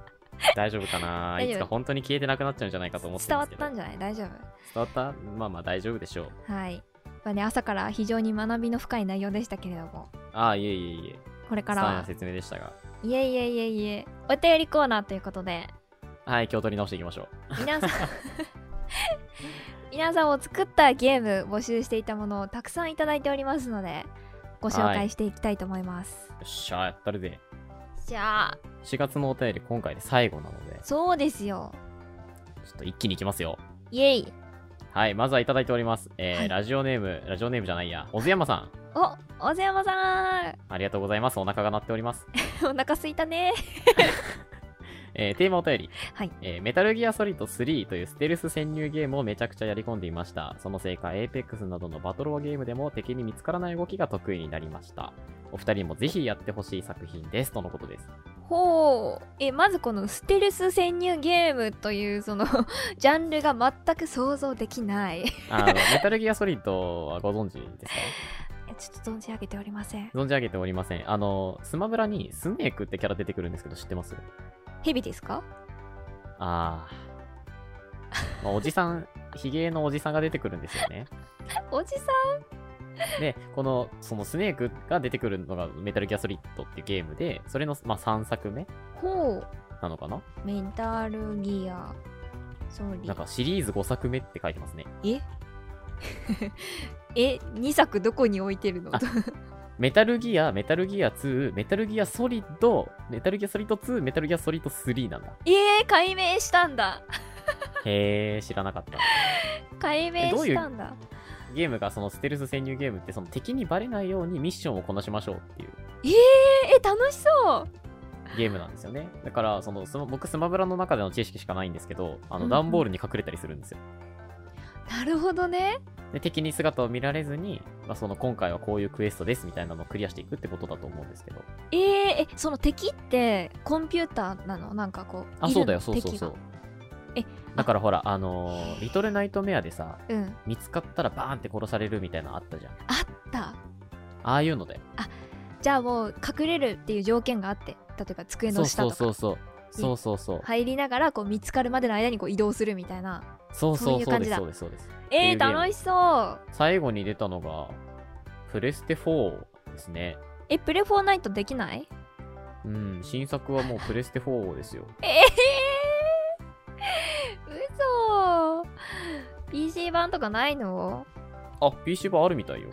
Speaker 1: 大丈夫かな
Speaker 2: 大丈夫
Speaker 1: いつか本当に消えてなくなっちゃうんじゃないかと思って
Speaker 2: 伝
Speaker 1: ま
Speaker 2: わっ
Speaker 1: すけど
Speaker 2: たんじゃない大丈夫
Speaker 1: 伝わったまあまあ大丈夫でしょう
Speaker 2: はいまあね朝から非常に学びの深い内容でしたけれども
Speaker 1: ああいえいえいえ
Speaker 2: これ
Speaker 1: スタ
Speaker 2: から
Speaker 1: ーの
Speaker 2: は
Speaker 1: 説明でしたが
Speaker 2: いえいえいえいえお便りコーナーということで
Speaker 1: はい気を取り直していきましょう
Speaker 2: 皆 さん皆さんを作ったゲーム募集していたものをたくさんいただいておりますのでご紹
Speaker 1: は
Speaker 2: 介
Speaker 1: い
Speaker 2: していきたいと思います、
Speaker 1: よっしゃやったるで
Speaker 2: じゃあ
Speaker 1: 4月のお便り今回で最後なのでちょ
Speaker 2: そうですよ
Speaker 1: っと一気にいきますよ
Speaker 2: イエイ
Speaker 1: はいまずはいただいております、えー
Speaker 2: はい
Speaker 1: ラジオネームラジオネームじゃないや小津山さん
Speaker 2: お大瀬山さ
Speaker 1: ありがとうございますお腹が鳴っております、
Speaker 2: ん お腹すいたね
Speaker 1: えーテーマお便り、
Speaker 2: はい
Speaker 1: えーメタルギアソリッド3というステルス潜入ゲームをめちゃくちゃやり込んでいましたそのせいか APEX などのバトルワーゲームでも敵に見つからない動きが得意になりましたお二人もぜひやってほしい作品ですとのことです
Speaker 2: ほうえまずこのステルス潜入ゲームというその ジャンルが全く想像できないいや
Speaker 1: あ のメタルギアソリッドはご存知ですか
Speaker 2: ちょっと存じ上げておりません
Speaker 1: 存じ上げておりませんあのスマブラにスネークってキャラ出てくるんですけど知ってます
Speaker 2: 蛇ですか
Speaker 1: あー、まあ、おじさんヒゲのおじさんが出てくるんですよね
Speaker 2: おじさん
Speaker 1: でこのそのスネークが出てくるのがメタルギアソリッドっていうゲームでそれの、まあ、3作目
Speaker 2: ほう
Speaker 1: なのかな
Speaker 2: メタルギアソリ
Speaker 1: なんかシリーズ5作目って書いてますね
Speaker 2: え え2作どこに置いてるの
Speaker 1: あメタルギアメタルギア2メタルギアソリッドメタルギアソリッド2メタルギアソリッド3なんだ
Speaker 2: えー、解明したんだ
Speaker 1: へえ知らなかった
Speaker 2: 解明
Speaker 1: えどうい
Speaker 2: し
Speaker 1: う
Speaker 2: たんだ
Speaker 1: ゲームがそのステルス潜入ゲームってその敵にバレないようにミッションをこなしましょうっていう
Speaker 2: えー、え楽しそう
Speaker 1: ゲームなんですよね。だから、その、スマ僕、スマブラの中での知識しかないんですけど、あ
Speaker 2: うんう
Speaker 1: の、
Speaker 2: ん
Speaker 1: 段ボールに隠れたりするんですよ。
Speaker 2: なるほどね
Speaker 1: で、敵に姿を見られずに、まあ、その、今回はこういうクエストですみたいなのをクリアしていくってことだと思うんですけど。
Speaker 2: えー、えその敵ってコンピューターなのなんかこう
Speaker 1: あ、
Speaker 2: いる
Speaker 1: そ
Speaker 2: の
Speaker 1: うだよ、そうそう
Speaker 2: 敵
Speaker 1: そ
Speaker 2: が
Speaker 1: う。
Speaker 2: え
Speaker 1: だからほら、あのーリトルナイトメアでさ、
Speaker 2: うん
Speaker 1: 見つかったらバーンって殺されるみたいなのあったじゃん。
Speaker 2: あった
Speaker 1: ああいうのだよ。
Speaker 2: じゃあもう隠れるっていう条件があって例えば机
Speaker 1: そ
Speaker 2: の
Speaker 1: う
Speaker 2: 下
Speaker 1: そう
Speaker 2: とか
Speaker 1: そうそう。そうそうそう。
Speaker 2: 入りながらこう見つかるまでの間にこう移動するみたいな
Speaker 1: そう
Speaker 2: そ
Speaker 1: そ
Speaker 2: ういうう
Speaker 1: そう
Speaker 2: 感
Speaker 1: です、
Speaker 2: じだ
Speaker 1: そうです、そうです。
Speaker 2: え
Speaker 1: っていうゲ
Speaker 2: ー、
Speaker 1: ーム
Speaker 2: 楽しそう
Speaker 1: 最後に出たのが、プレステ4ですね。
Speaker 2: えプレフォーナイトできない
Speaker 1: うん、新作はもうプレステ4ですよ。
Speaker 2: えー、嘘 PC 版とかないの
Speaker 1: あ、PC 版あるみ たいよ。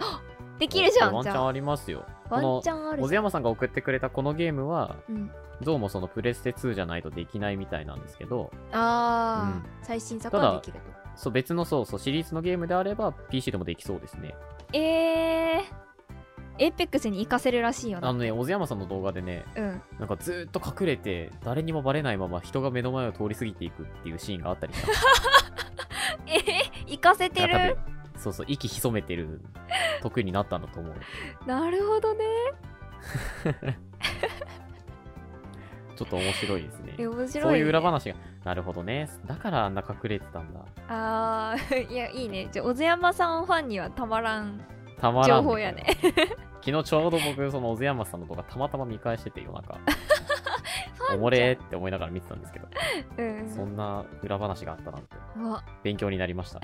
Speaker 2: できるじゃ
Speaker 1: これワ
Speaker 2: ん
Speaker 1: ン
Speaker 2: じ
Speaker 1: チ
Speaker 2: ゃ
Speaker 1: ャン
Speaker 2: あ
Speaker 1: ありますよ。こ
Speaker 2: ワン
Speaker 1: の
Speaker 2: チ、ャンある
Speaker 1: 小津
Speaker 2: じゃん
Speaker 1: 山さんが送ってくれたこのゲームは、
Speaker 2: うん、
Speaker 1: どうもそのプレステ2じゃないとできないみたいなんですけど、
Speaker 2: あー、最新作は
Speaker 1: ただ
Speaker 2: できると
Speaker 1: そう別のそうそうシリーズのゲームであれば PC でもできそうですね。
Speaker 2: えー、エイペックスに行かせるらしいよ
Speaker 1: あの
Speaker 2: な
Speaker 1: ね、小津山さんの動画でね、
Speaker 2: うん
Speaker 1: なんかずーっと隠れて、誰にもバレないまま人が目の前を通り過ぎていくっていうシーンがあった りした。
Speaker 2: え行かせて
Speaker 1: だから多
Speaker 2: る
Speaker 1: 分そうそう、息潜めてる、得意になったんだと思う。
Speaker 2: なるほどね
Speaker 1: ちょっと面白いですね。
Speaker 2: え面白い、ね、
Speaker 1: そういう裏話が。なるほどね。だからあんな隠れてたんだ。
Speaker 2: あー いやいいねじゃあ小津山さんファンにはたまらん
Speaker 1: たまらん
Speaker 2: 情報やね
Speaker 1: 昨日ちょうど僕その小津山さんの動画たまたま見返してて夜 中おもれーって思いながら見てたんですけど
Speaker 2: う
Speaker 1: そ
Speaker 2: ん
Speaker 1: んな裏話があったなんて
Speaker 2: うわ
Speaker 1: 勉強になりました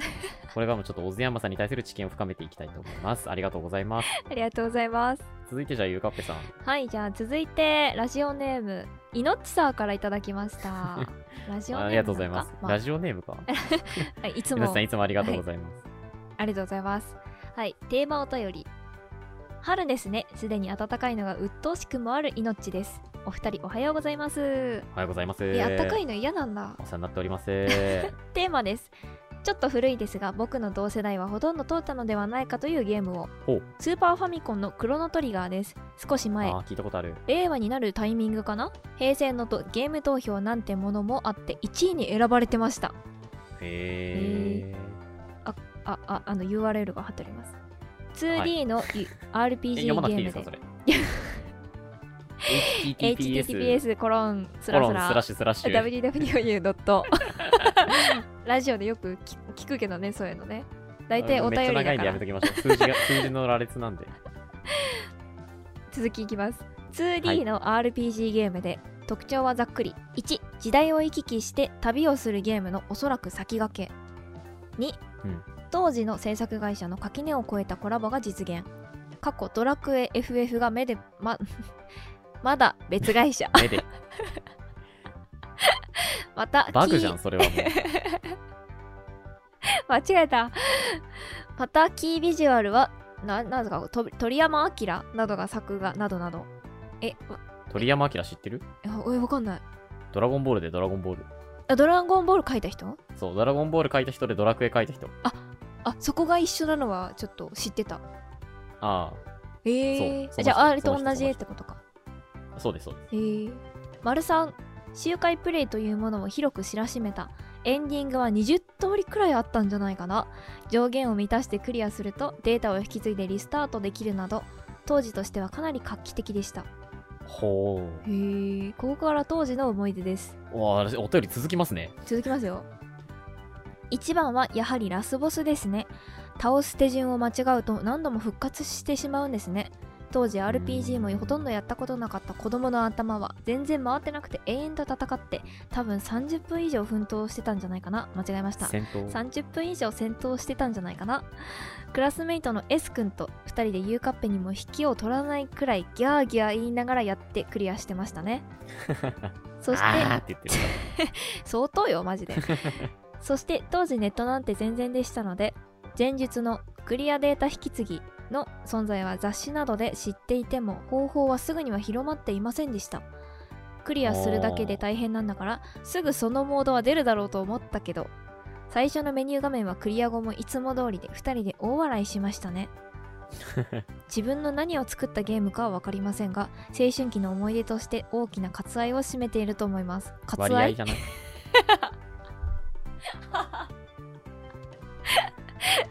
Speaker 1: これからもちょっと小津山さんに対する知見を深めていきたいと思いますありがとうございます
Speaker 2: ありがとうございます
Speaker 1: 続いてじゃあゆうかっぺさん
Speaker 2: はいじゃあ続いてラジオネームいのっちさんからいただきました ラジオネームなのか
Speaker 1: ありがとうございます、
Speaker 2: まあ
Speaker 1: ラジオネームか
Speaker 2: はいいつ
Speaker 1: 皆
Speaker 2: も
Speaker 1: さんいつもありがとうございます、
Speaker 2: ありがとうございます。はい、テーマお便り。春ですね。すでに暖かいのが鬱陶しくもある命です。お二人おはようございます。
Speaker 1: おはようございます
Speaker 2: え、あったかいの嫌なんだ
Speaker 1: お。世話になっておりますえ
Speaker 2: テーマです。ちょっと古いですが、僕の同世代はほとんど通ったのではないかというゲームを
Speaker 1: ほう。
Speaker 2: スーパーファミコンのクロノトリガーです。少し 前、
Speaker 1: あー聞いたことある
Speaker 2: 令和になるタイミングかな平成のとゲーム投票なんてものもあって1位に選ばれてました。
Speaker 1: へえ
Speaker 2: あ、あ、あの URL が貼っております。2D のゆ
Speaker 1: え
Speaker 2: RPG ゲ
Speaker 1: 読まなくてい
Speaker 2: ー
Speaker 1: いですか、
Speaker 2: ムで
Speaker 1: それ。HTTPS
Speaker 2: https コロンス
Speaker 1: コ
Speaker 2: ラ
Speaker 1: ロ
Speaker 2: ス
Speaker 1: ン
Speaker 2: ラ
Speaker 1: スラッシュスラッシュ。
Speaker 2: www. ドッ トラジオでよく聞く聞くけどねそういうのね大体お
Speaker 1: めっち
Speaker 2: 便
Speaker 1: ゃ
Speaker 2: りだ
Speaker 1: 長いん
Speaker 2: か
Speaker 1: でや
Speaker 2: ら
Speaker 1: めときましょう。数字が、数字の羅列なんで。
Speaker 2: 続きいきます 2D の RPG ゲームで、特徴はざっくり1時代を行き来して旅をするゲームのおそらく先駆け2、
Speaker 1: うん
Speaker 2: 当時の制作会社の垣根を越えたコラボが実現過去ドラクエ FF が目でま まだ別会社
Speaker 1: 目で。
Speaker 2: また
Speaker 1: バグじゃ
Speaker 2: キ
Speaker 1: ん、
Speaker 2: ー
Speaker 1: それはもう。
Speaker 2: 間違えたまたキービジュアルはななんですかと鳥山明などが作画などなどえわ
Speaker 1: 鳥山明知ってる
Speaker 2: えわかんない
Speaker 1: ドラゴンボールでドラゴンボール。
Speaker 2: あドラゴンボール書いた人
Speaker 1: そう、ドラゴンボール書いた人でドラクエ書いた人。
Speaker 2: あそこが一緒なのはちょっと知ってた
Speaker 1: あ
Speaker 2: ええ
Speaker 1: そうその人
Speaker 2: じゃああれと
Speaker 1: その
Speaker 2: 同
Speaker 1: 人
Speaker 2: じってことか
Speaker 1: あ、そうです、そうです。
Speaker 2: えー、丸さん周回プレイというものを広く知らしめたエンディングは20通りくらいあったんじゃないかな上限を満たしてクリアするとデータを引き継いでリスタートできるなど当時としてはかなり画期的でした
Speaker 1: ほう。
Speaker 2: へえここから当時の思い出です
Speaker 1: わあ、お便り続きますね。
Speaker 2: 続きますよ一番はやはりラスボスですね倒す手順を間違うと何度も復活してしまうんですね当時 RPG もほとんどやったことなかった子供の頭は全然回ってなくて永遠と戦って多分30分以上奮闘してたんじゃないかな間違えました
Speaker 1: 戦闘。
Speaker 2: 30分以上戦闘してたんじゃないかなクラスメイトの S 君と2人で U カッペにも引きを取らないくらいギャーギャー言いながらやってクリアしてましたねそして
Speaker 1: あーって言 ってる。
Speaker 2: 相当よマジでそして当時ネットなんて全然でしたので前述のクリアデータ引き継ぎの存在は雑誌などで知っていても方法はすぐには広まっていませんでしたクリアするだけで大変なんだからすぐそのモードは出るだろうと思ったけど最初のメニュー画面はクリア後もいつも通りで2人で大笑いしましたね自分の何を作ったゲームかは分かりませんが青春期の思い出として大きな割愛を占めていると思います割
Speaker 1: 割
Speaker 2: 愛
Speaker 1: 合じゃない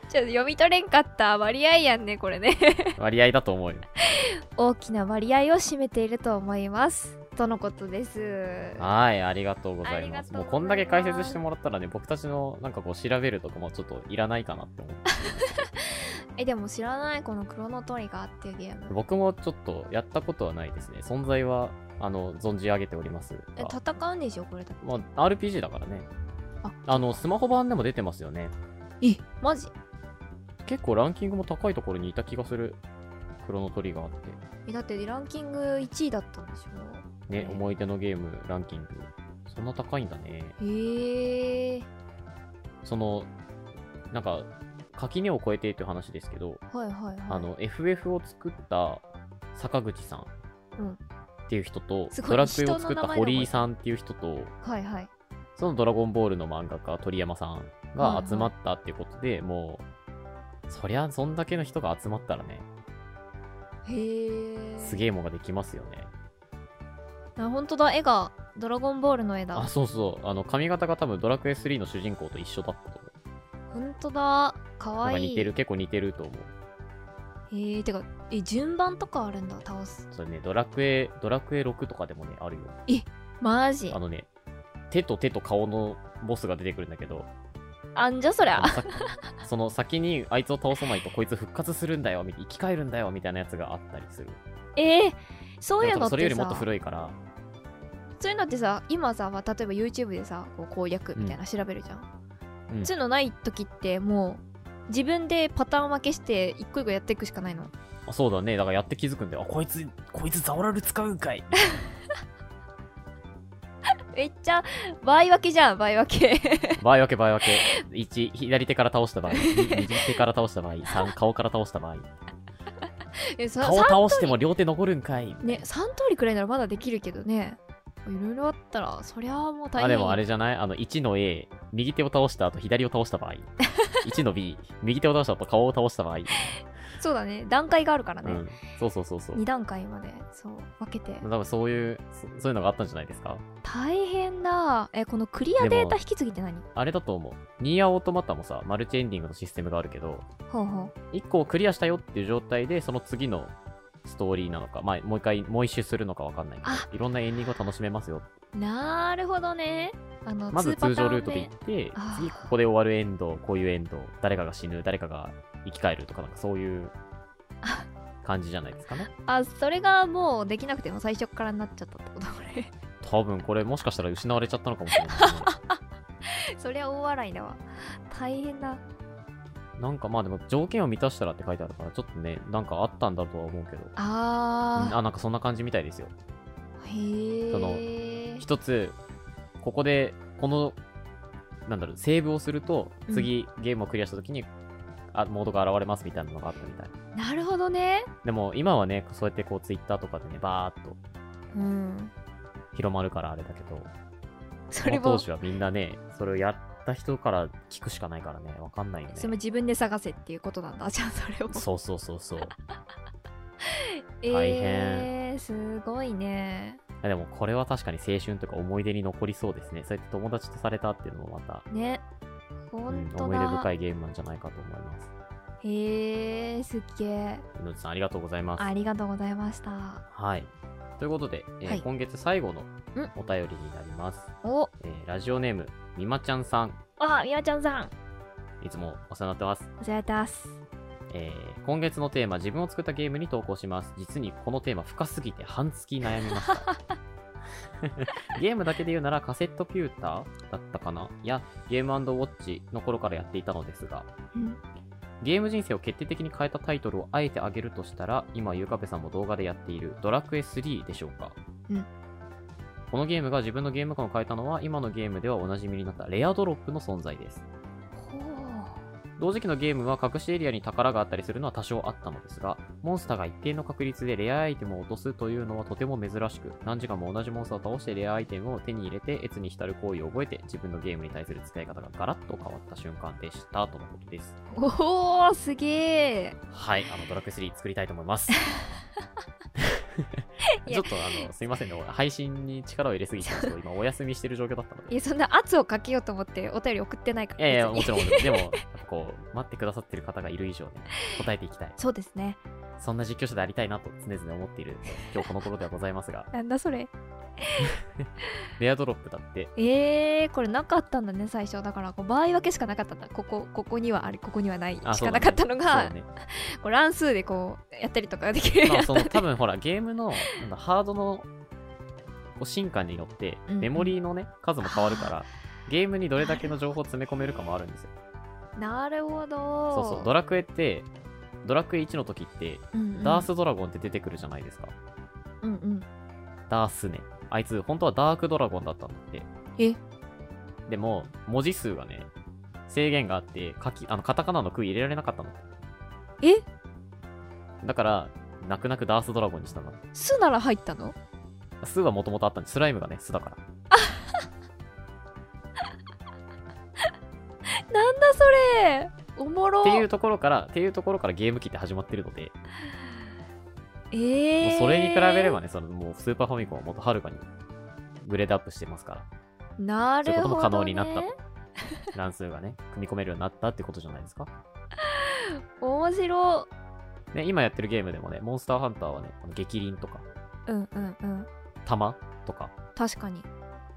Speaker 2: ちょっと読み取れんかった割合やんねこれね
Speaker 1: 割合だと思うよ。
Speaker 2: 大きな割合を占めていると思いますとのことです
Speaker 1: はい、ありがとうございます。
Speaker 2: ありがとうございます
Speaker 1: もうこんだけ解説してもらったらね、僕たちのなんかこう調べるとかもちょっといらないかなって思って。
Speaker 2: えでも知らないこのクロノトリガーっていうゲーム
Speaker 1: 僕もちょっとやったことはないですね。存在は、あの、存じ上げておりますが。
Speaker 2: え戦うんでしょこれだって
Speaker 1: まあ、RPG だからね。
Speaker 2: あ
Speaker 1: あの、スマホ版でも出てますよね。
Speaker 2: えマジ
Speaker 1: 結構ランキングも高いところにいた気がする。クロノトリガーって。
Speaker 2: えだってランキング1位だったんでしょ
Speaker 1: ね、
Speaker 2: うん
Speaker 1: 思い出のゲームランキング。そんな高いんだね。
Speaker 2: へえ
Speaker 1: その、なんか、垣根を越えてという話ですけど、
Speaker 2: はいはいはい
Speaker 1: あの、FF を作った坂口さん
Speaker 2: うん
Speaker 1: っていう人と、
Speaker 2: すごい
Speaker 1: ドラクエを作った
Speaker 2: 人の名前の
Speaker 1: 堀井さんっていう人と、
Speaker 2: はいはい
Speaker 1: そのドラゴンボールの漫画家、鳥山さんが集まったっていうことで、もう、そりゃ、そんだけの人が集まったらね、
Speaker 2: へえ
Speaker 1: す
Speaker 2: え
Speaker 1: げえもんができますよね。
Speaker 2: ほんとだ絵がドラゴンボールの絵だ
Speaker 1: あ、そうそう。あの、髪型が多分ドラクエ3の主人公と一緒だったと思う。
Speaker 2: ほんとだか
Speaker 1: な
Speaker 2: わ
Speaker 1: んか
Speaker 2: いい
Speaker 1: 似てる、結構似てると思う。
Speaker 2: へえてかえ順番とかあるんだ倒す
Speaker 1: それね、ドラクエ、ドラクエ6とかでもね、あるよ。
Speaker 2: マジ
Speaker 1: あのね、手と手と顔のボスが出てくるんだけど、
Speaker 2: あんじゃそりゃ
Speaker 1: あのさ その先にあいつを倒さないとこいつ復活するんだよ、みたいな生き返るんだよ、みたいなやつがあったりする。
Speaker 2: えー、そうい
Speaker 1: で
Speaker 2: う
Speaker 1: も多
Speaker 2: の
Speaker 1: 分そ
Speaker 2: ってさ
Speaker 1: れよりもっと古いから、
Speaker 2: そういうのってさ今さ、まあ、例えば YouTube でさこう攻略みたいな調べるじゃん、
Speaker 1: うん
Speaker 2: そういうのない時ってもう自分でパターン分けして一個一個やっていくしかないの
Speaker 1: あそうだね、だからやって気づくんだよ。あ、こいつ、こいつザオラル使うんかい。
Speaker 2: めっちゃ倍分けじゃん倍分 け
Speaker 1: 場合分け場合分 け。1、左手から倒した場合、2、右手から倒した場合、3、顔から倒した場合。
Speaker 2: えさ
Speaker 1: 顔倒しても両手残るんかい。
Speaker 2: さんね3通りくらいならまだできるけどねいろいろあったらそりゃもう大変
Speaker 1: あ、でもあれじゃないあの、1の A、右手を倒した後、左を倒した場合。1の B、右手を倒した後、顔を倒した場合。
Speaker 2: そうだね段階があるから
Speaker 1: う
Speaker 2: ね、
Speaker 1: ん、そうそうそうそう
Speaker 2: 2段階までそう分けて
Speaker 1: 多分そういうそそういうのがあったんじゃないですか
Speaker 2: 大変だえこのクリアデータ引き継ぎって何
Speaker 1: あれだと思うニーアオートマタもさマルチエンディングのシステムがあるけど
Speaker 2: ほうほう
Speaker 1: 1個をクリアしたよっていう状態でその次のストーリーなのか、まあ、もう一回もう一周するのかわかんないけ
Speaker 2: あ
Speaker 1: どいろんなエンディングを楽しめますよ
Speaker 2: なるほどねあの
Speaker 1: まず
Speaker 2: 2パ
Speaker 1: 通
Speaker 2: タ
Speaker 1: 常
Speaker 2: ーン目
Speaker 1: ルートで行って
Speaker 2: あー
Speaker 1: 次ここで終わるエンドこういうエンド誰かが死ぬ誰かが生き返るとかなんかそういう
Speaker 2: あ
Speaker 1: 感じじゃないですか ね
Speaker 2: あそれがもうできなくても最初からなっちゃったってことこれ
Speaker 1: 多分これもしかしたら失われちゃったのかもしれないね、
Speaker 2: そりゃ大笑いだわ大変だ
Speaker 1: なんかまあでも条件を満たしたらって書いてあるからちょっとねなんかあったんだとは思うけどうん
Speaker 2: あ
Speaker 1: あなんかそんな感じみたいですよ
Speaker 2: ー
Speaker 1: その
Speaker 2: へえ
Speaker 1: 一つここでこのなんだろうセーブをすると
Speaker 2: うん
Speaker 1: 次ゲームをクリアした時に、あモードが現れますみたいなのがあったみたい
Speaker 2: なるほどね
Speaker 1: でも今はねそうやってこうツイッターとかでねバーっと
Speaker 2: うん
Speaker 1: 広まるからあれだけど
Speaker 2: そ
Speaker 1: そ
Speaker 2: れ
Speaker 1: の
Speaker 2: も
Speaker 1: 当時はみんなねそれをやった人から聞くしかないからねわかんないよね
Speaker 2: それも自分で探せっていうことなんだじゃ あそれを
Speaker 1: そうそうそうそう大変
Speaker 2: えー、すごいね
Speaker 1: あでもこれは確かに青春とか思い出に残りそうですねそうやって友達とされたっていうのもまた、
Speaker 2: ね
Speaker 1: う
Speaker 2: ほ
Speaker 1: ん
Speaker 2: んと
Speaker 1: 思い出
Speaker 2: だ、
Speaker 1: 深いゲームなんじゃないかと思います
Speaker 2: へえすっげえ
Speaker 1: いのちさんありがとうございます
Speaker 2: ありがとうございました
Speaker 1: はい。ということで、えー
Speaker 2: はい
Speaker 1: 今月最後の
Speaker 2: うん
Speaker 1: お便りになります。
Speaker 2: お
Speaker 1: えーラジオネーム、みまちゃんさん。
Speaker 2: あみやちゃんさん
Speaker 1: いつもお世話になってます。
Speaker 2: お世話だす
Speaker 1: えー今月のテーマ、自分を作ったゲームに投稿します。実にこのテーマ深すぎて半月悩みま した。ゲームだけで言うならカセットピューターだったかないや、ゲームウォッチの頃からやっていたのですが、
Speaker 2: うん
Speaker 1: ゲーム人生を決定的に変えたタイトルをあえて挙げるとしたら、今、ゆかべさんも動画でやっているドラクエ3でしょうか。
Speaker 2: うん
Speaker 1: このゲームが自分のゲーム感を変えたのは、今のゲームではおなじみになったレアドロップの存在です。
Speaker 2: ほ
Speaker 1: 同時期のゲームは隠しエリアに宝があったりするのは多少あったのですが、モンスターが一定の確率でレアアイテムを落とすというのはとても珍しく、何時間も同じモンスターを倒してレアアイテムを手に入れて、越に浸る行為を覚えて、自分のゲームに対する使い方がガラッと変わった瞬間でした、とのことです。
Speaker 2: うおおすげえ
Speaker 1: はい、あのドラクエ3作りたいと思います。
Speaker 2: い
Speaker 1: ちょ
Speaker 2: や
Speaker 1: っとあのすいませんね、配信に力を入れすぎてちょっと今お休みしてる状況だったの
Speaker 2: い
Speaker 1: で。
Speaker 2: やそんな圧をかけようと思ってお便り送ってないから
Speaker 1: いやいや、
Speaker 2: 別に
Speaker 1: もちろん、でも、やっぱこう、待ってくださってる方がいる以上ね、答えていきたい。
Speaker 2: そうですね
Speaker 1: そんな実況者でありたいなと常々思っている、今日この頃ではござい ますが、
Speaker 2: なんだそれ
Speaker 1: レアドロップだって、
Speaker 2: えー、これなかったんだね最初だからこう場合分けしかなかったんだここここにはあれここにはない
Speaker 1: あ
Speaker 2: しかなかったのが、
Speaker 1: そうね
Speaker 2: こう乱数でこうやったりとかできる
Speaker 1: ま
Speaker 2: や
Speaker 1: あ、
Speaker 2: つ
Speaker 1: その多分ほら、ゲームのなんだハードのこう進化によって、
Speaker 2: うんうん
Speaker 1: メモリーのね、数も変わるから、ゲームにどれだけの情報を詰め込めるかもあるんですよ。
Speaker 2: なるほど
Speaker 1: そうそう、ドラクエって、ドラクエ1の時って、
Speaker 2: うんうん
Speaker 1: ダースドラゴンって出てくるじゃないですか。
Speaker 2: うんうん
Speaker 1: ダースね。あいつ、本当はダークドラゴンだったんだって。
Speaker 2: え
Speaker 1: でも、文字数がね、制限があって、書き、あの、カタカナの句入れられなかったの。
Speaker 2: え
Speaker 1: だから、泣く泣くダースドラゴンにしたの。
Speaker 2: すなら入ったの
Speaker 1: 数はもともとあったんで、スライムがね、巣だから。
Speaker 2: なんだそれおもろ
Speaker 1: っていうところから、っていうところからゲーム機って始まってるので、
Speaker 2: え
Speaker 1: も
Speaker 2: ー、
Speaker 1: うそれに比べればね、その、もうスーパーファミコンはもっとはるかにグレードアップしてますから。
Speaker 2: な
Speaker 1: そ
Speaker 2: るほど、ね、
Speaker 1: ういうことも可能になった乱数がね、組み込めるようになったってことじゃないですか。
Speaker 2: 面白
Speaker 1: ね、今やってるゲームでもね、モンスターハンターはね、あの激鱗とか、
Speaker 2: うんうんうん
Speaker 1: 弾とか、
Speaker 2: 確かに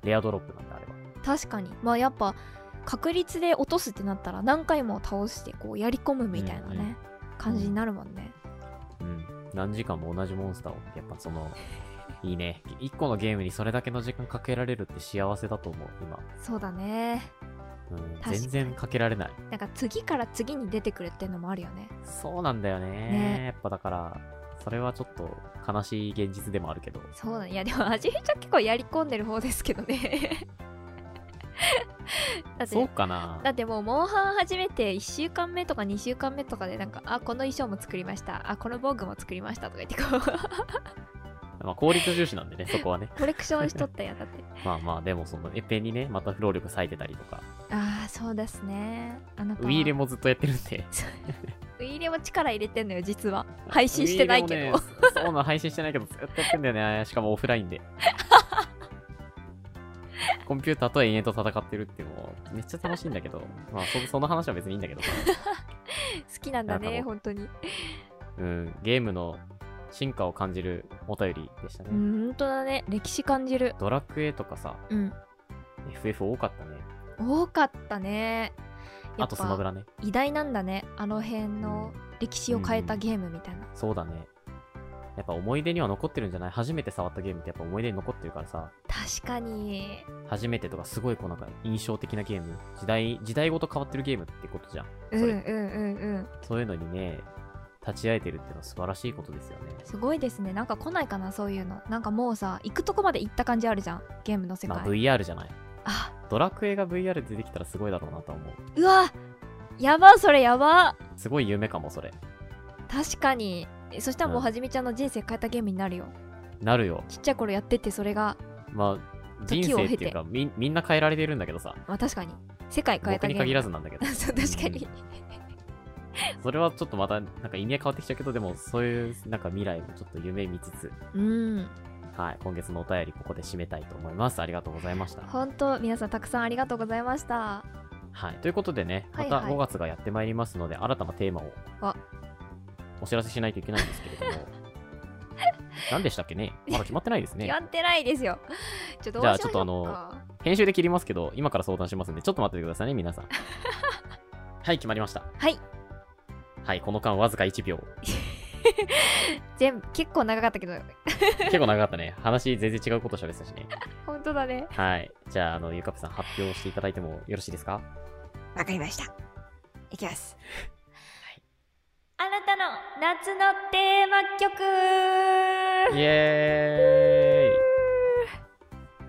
Speaker 1: レアドロップなんであれば。
Speaker 2: 確かにまあやっぱ確率で落とすってなったら何回も倒してこうやり込むみたいなね、
Speaker 1: うんうん
Speaker 2: 感じになるもんね、
Speaker 1: うん。何時間も同じモンスターを。やっぱそ の、いいね。一個のゲームにそれだけの時間かけられるって幸せだと思う、今。
Speaker 2: そうだね
Speaker 1: うん
Speaker 2: 確。かに
Speaker 1: 全然かけられない。
Speaker 2: なんか次から次に出てくるっていうのもあるよね
Speaker 1: そうなんだよね。
Speaker 2: ね
Speaker 1: やっぱだから、それはちょっと悲しい現実でもあるけど。
Speaker 2: そうだねいやでも味変ちゃん結構やり込んでる方ですけどね だって
Speaker 1: そうかな
Speaker 2: だってもうモンハン始めて1週間目とか2週間目とかでなんかあこの衣装も作りましたあこの防具も作りましたとか言ってこう
Speaker 1: まあ効率重視なんでね、そこはね。
Speaker 2: コレクションしとったやんだって
Speaker 1: まあまあ、でもその、エペにね、また労力割いてたりとか。
Speaker 2: ああそうですねあなた
Speaker 1: ウ
Speaker 2: は
Speaker 1: ィーレもずっとやってるんで。
Speaker 2: ウィーレも力入れてんのよ実は配信してないけど、
Speaker 1: ウィーレもね、そうなの配信してないけどずっとやってんだよね。しかもオフラインで。コンピューターと延々と戦ってるっていうのもめっちゃ楽しいんだけど、まあそその話は別にいいんだけどさ。
Speaker 2: 好きなん
Speaker 1: な
Speaker 2: だ
Speaker 1: んかも
Speaker 2: ね
Speaker 1: う
Speaker 2: 本当に
Speaker 1: うん、ゲームの進化を感じるお便りでしたね。
Speaker 2: うん本当だね歴史感じる
Speaker 1: ドラクエとかさ、
Speaker 2: うん
Speaker 1: FF 多かったね。
Speaker 2: 多かったね
Speaker 1: あ
Speaker 2: やっ
Speaker 1: とスマブ
Speaker 2: ぱ
Speaker 1: ラね。
Speaker 2: 偉大なんだねあの辺の歴史を変えたゲームみたいな、
Speaker 1: そうだね。やっぱ思い出には残ってるんじゃない初めて触ったゲームってやっぱ思い出に残ってるからさ、
Speaker 2: 確かに
Speaker 1: 初めてとかすごいこうなんか印象的なゲーム、時代、時代ごと変わってるゲームってことじゃん。
Speaker 2: う
Speaker 1: そ
Speaker 2: んう
Speaker 1: れ
Speaker 2: んうんうん
Speaker 1: そういうのにね、立ち会えてるってのは素晴らしいことですよね。
Speaker 2: すごいですねなんか来ないかなそういうのなんかもうさ行くとこまで行った感じあるじゃんゲームの世界、
Speaker 1: まあ VR じゃない。
Speaker 2: あ
Speaker 1: ドラクエが VR で出てきたらすごいだろうなと思う。
Speaker 2: うわやばそれやば
Speaker 1: すごい夢かも、それ。
Speaker 2: 確かにえそしたらもう
Speaker 1: うん
Speaker 2: はじめちゃんの人生変えたゲームになるよ
Speaker 1: なるよ。
Speaker 2: ちっちゃい頃やってってそれが
Speaker 1: まあ、人生っていうか、みみんな変えられてるんだけどさ、
Speaker 2: まあ確かに世界変え
Speaker 1: 僕
Speaker 2: たゲ
Speaker 1: に
Speaker 2: ー
Speaker 1: 限
Speaker 2: ム、
Speaker 1: らずなんだけど
Speaker 2: そう確かに
Speaker 1: それはちょっとまた、なんか意味は変わってきちゃうけど、でもそういう、なんか未来もちょっと夢見つつ、
Speaker 2: うん
Speaker 1: はい、今月のお便りここで締めたいと思います。ありがとうございました。
Speaker 2: 本当皆さんたくさんありがとうございました
Speaker 1: はい、ということでね、ま
Speaker 2: はい
Speaker 1: た
Speaker 2: はい
Speaker 1: 5月がやってまいりますので、新たなテーマを
Speaker 2: あ
Speaker 1: お知らせしないといけないんですけれど も、何でしたっけねまだ決まってないですね
Speaker 2: や。ってないですよちょっと
Speaker 1: じゃあ
Speaker 2: どうしましょう
Speaker 1: ちょっとあの
Speaker 2: か
Speaker 1: 編集で切りますけど、今から相談しますんで、ちょっと待っててくださいね、皆 さん。はい、決まりました。
Speaker 2: はい
Speaker 1: はい、この間わずか1秒。
Speaker 2: 全部結構長かったけど
Speaker 1: 結構長かったね。話全然違うこと喋ってたしね。
Speaker 2: 本当だね
Speaker 1: はい。じゃあ、あの、ゆかぺさん発表していただいてもよろしいですか
Speaker 2: わかりました。いきます。あなたの夏のテーマ曲
Speaker 1: イエ ー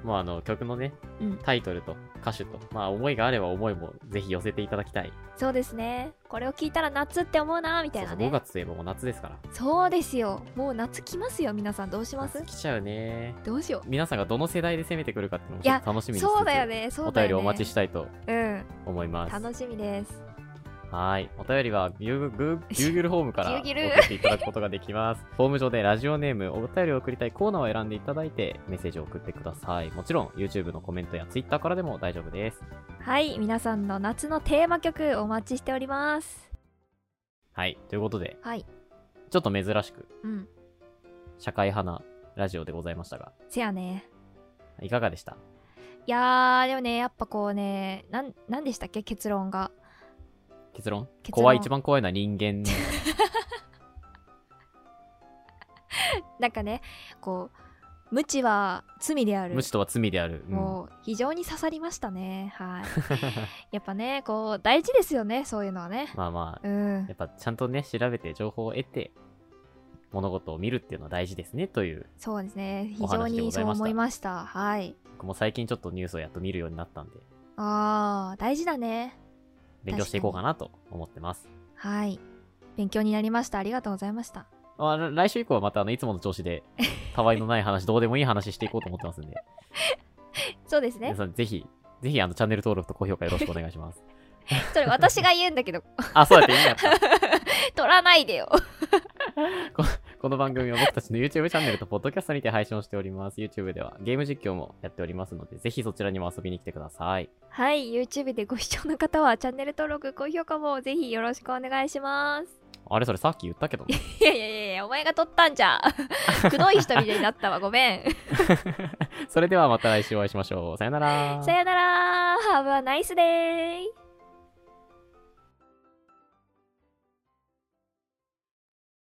Speaker 1: イもうあの、曲のね、
Speaker 2: うん
Speaker 1: タイトルと歌手と、まあ、思いがあれば思いもぜひ寄せていただきたい。
Speaker 2: そうですね。これを聞いたら夏って思うなみたいな
Speaker 1: そうそう、5
Speaker 2: ね。
Speaker 1: 月といえばもう夏ですから。
Speaker 2: そうですよ。もう夏来ますよ。皆さんどうします
Speaker 1: 夏来ちゃうね。
Speaker 2: どうしよ
Speaker 1: 皆さんがどの世代で攻めてくるかっていうのも
Speaker 2: い
Speaker 1: ちょ
Speaker 2: や
Speaker 1: っと楽しみ
Speaker 2: う。
Speaker 1: にしつつ
Speaker 2: そうだよね。そ
Speaker 1: お
Speaker 2: うだ
Speaker 1: 便
Speaker 2: よね。
Speaker 1: りお待ちしたいと
Speaker 2: うん。
Speaker 1: 思います。
Speaker 2: 楽しみです。
Speaker 1: はい。お便りは、ゆぐぐ、ぎゅう ぎゅるホームから送
Speaker 2: ぎゅうぎゅる
Speaker 1: っていただくことができ ます。ホーム上でラジオネーム、お便りを送りたいコーナーを選んでいただいて、メッセージを送ってください。もちろん、YouTube のコメントや Twitter からでも大丈夫です。
Speaker 2: はい。皆さんの夏のテーマ曲お待ちしております。
Speaker 1: はい。ということで、
Speaker 2: はい。
Speaker 1: ちょっと珍しく、
Speaker 2: うん。
Speaker 1: 社会派なラジオでございましたが、
Speaker 2: せやね。
Speaker 1: いかがでした
Speaker 2: いやー、でもね、やっぱこうね、なん、なんでしたっけ結論が。
Speaker 1: 結論
Speaker 2: 結論
Speaker 1: 怖い、一番怖いのは人 間。
Speaker 2: なんかねこう無知は罪である
Speaker 1: 無視とは罪である。うん
Speaker 2: もう非常に刺さりましたねはい やっぱねこう大事ですよねそういうのはね
Speaker 1: まあまあ
Speaker 2: う、ん
Speaker 1: やっぱちゃんとね、調べて情報を得て、物事を見るっていうのは大事ですね、という。
Speaker 2: そうですね非
Speaker 1: お
Speaker 2: 常
Speaker 1: 話でご
Speaker 2: に
Speaker 1: ざい
Speaker 2: そ
Speaker 1: うました
Speaker 2: 思いましたはい
Speaker 1: 僕も最近ちょっとニュースをやっと見るようになったんで、
Speaker 2: あー大事だね
Speaker 1: 勉強していこうかなと思って ます。
Speaker 2: はい勉強になりましたありがとうございました
Speaker 1: まあ、ら来週以降はまたあのいつもの調子で、たわいのない話、どうでもいい話していこうと思って ますんで、
Speaker 2: そうですね
Speaker 1: 皆さんぜひ、ぜひあのチャンネル登録と高評価よろしくお願いし ます。
Speaker 2: それ私が言うんだけど
Speaker 1: あ、そうやっていいんやった。
Speaker 2: 取らないでよ
Speaker 1: この番組は僕たちの YouTube チャンネルとポッドキャストにて配信をしております。YouTube ではゲーム実況もやっておりますので、ぜひそちらにも遊びに来てください。
Speaker 2: はい YouTube でご視聴の方はチャンネル登録高評価もぜひよろしくお願いします
Speaker 1: あれそれさっき言ったけどね。
Speaker 2: いやいやいやいやお前が取ったんじゃくどい人みたいになったわごめん
Speaker 1: それではまた来週お会いしましょう。さよなら。
Speaker 2: さよなら Have a nice day!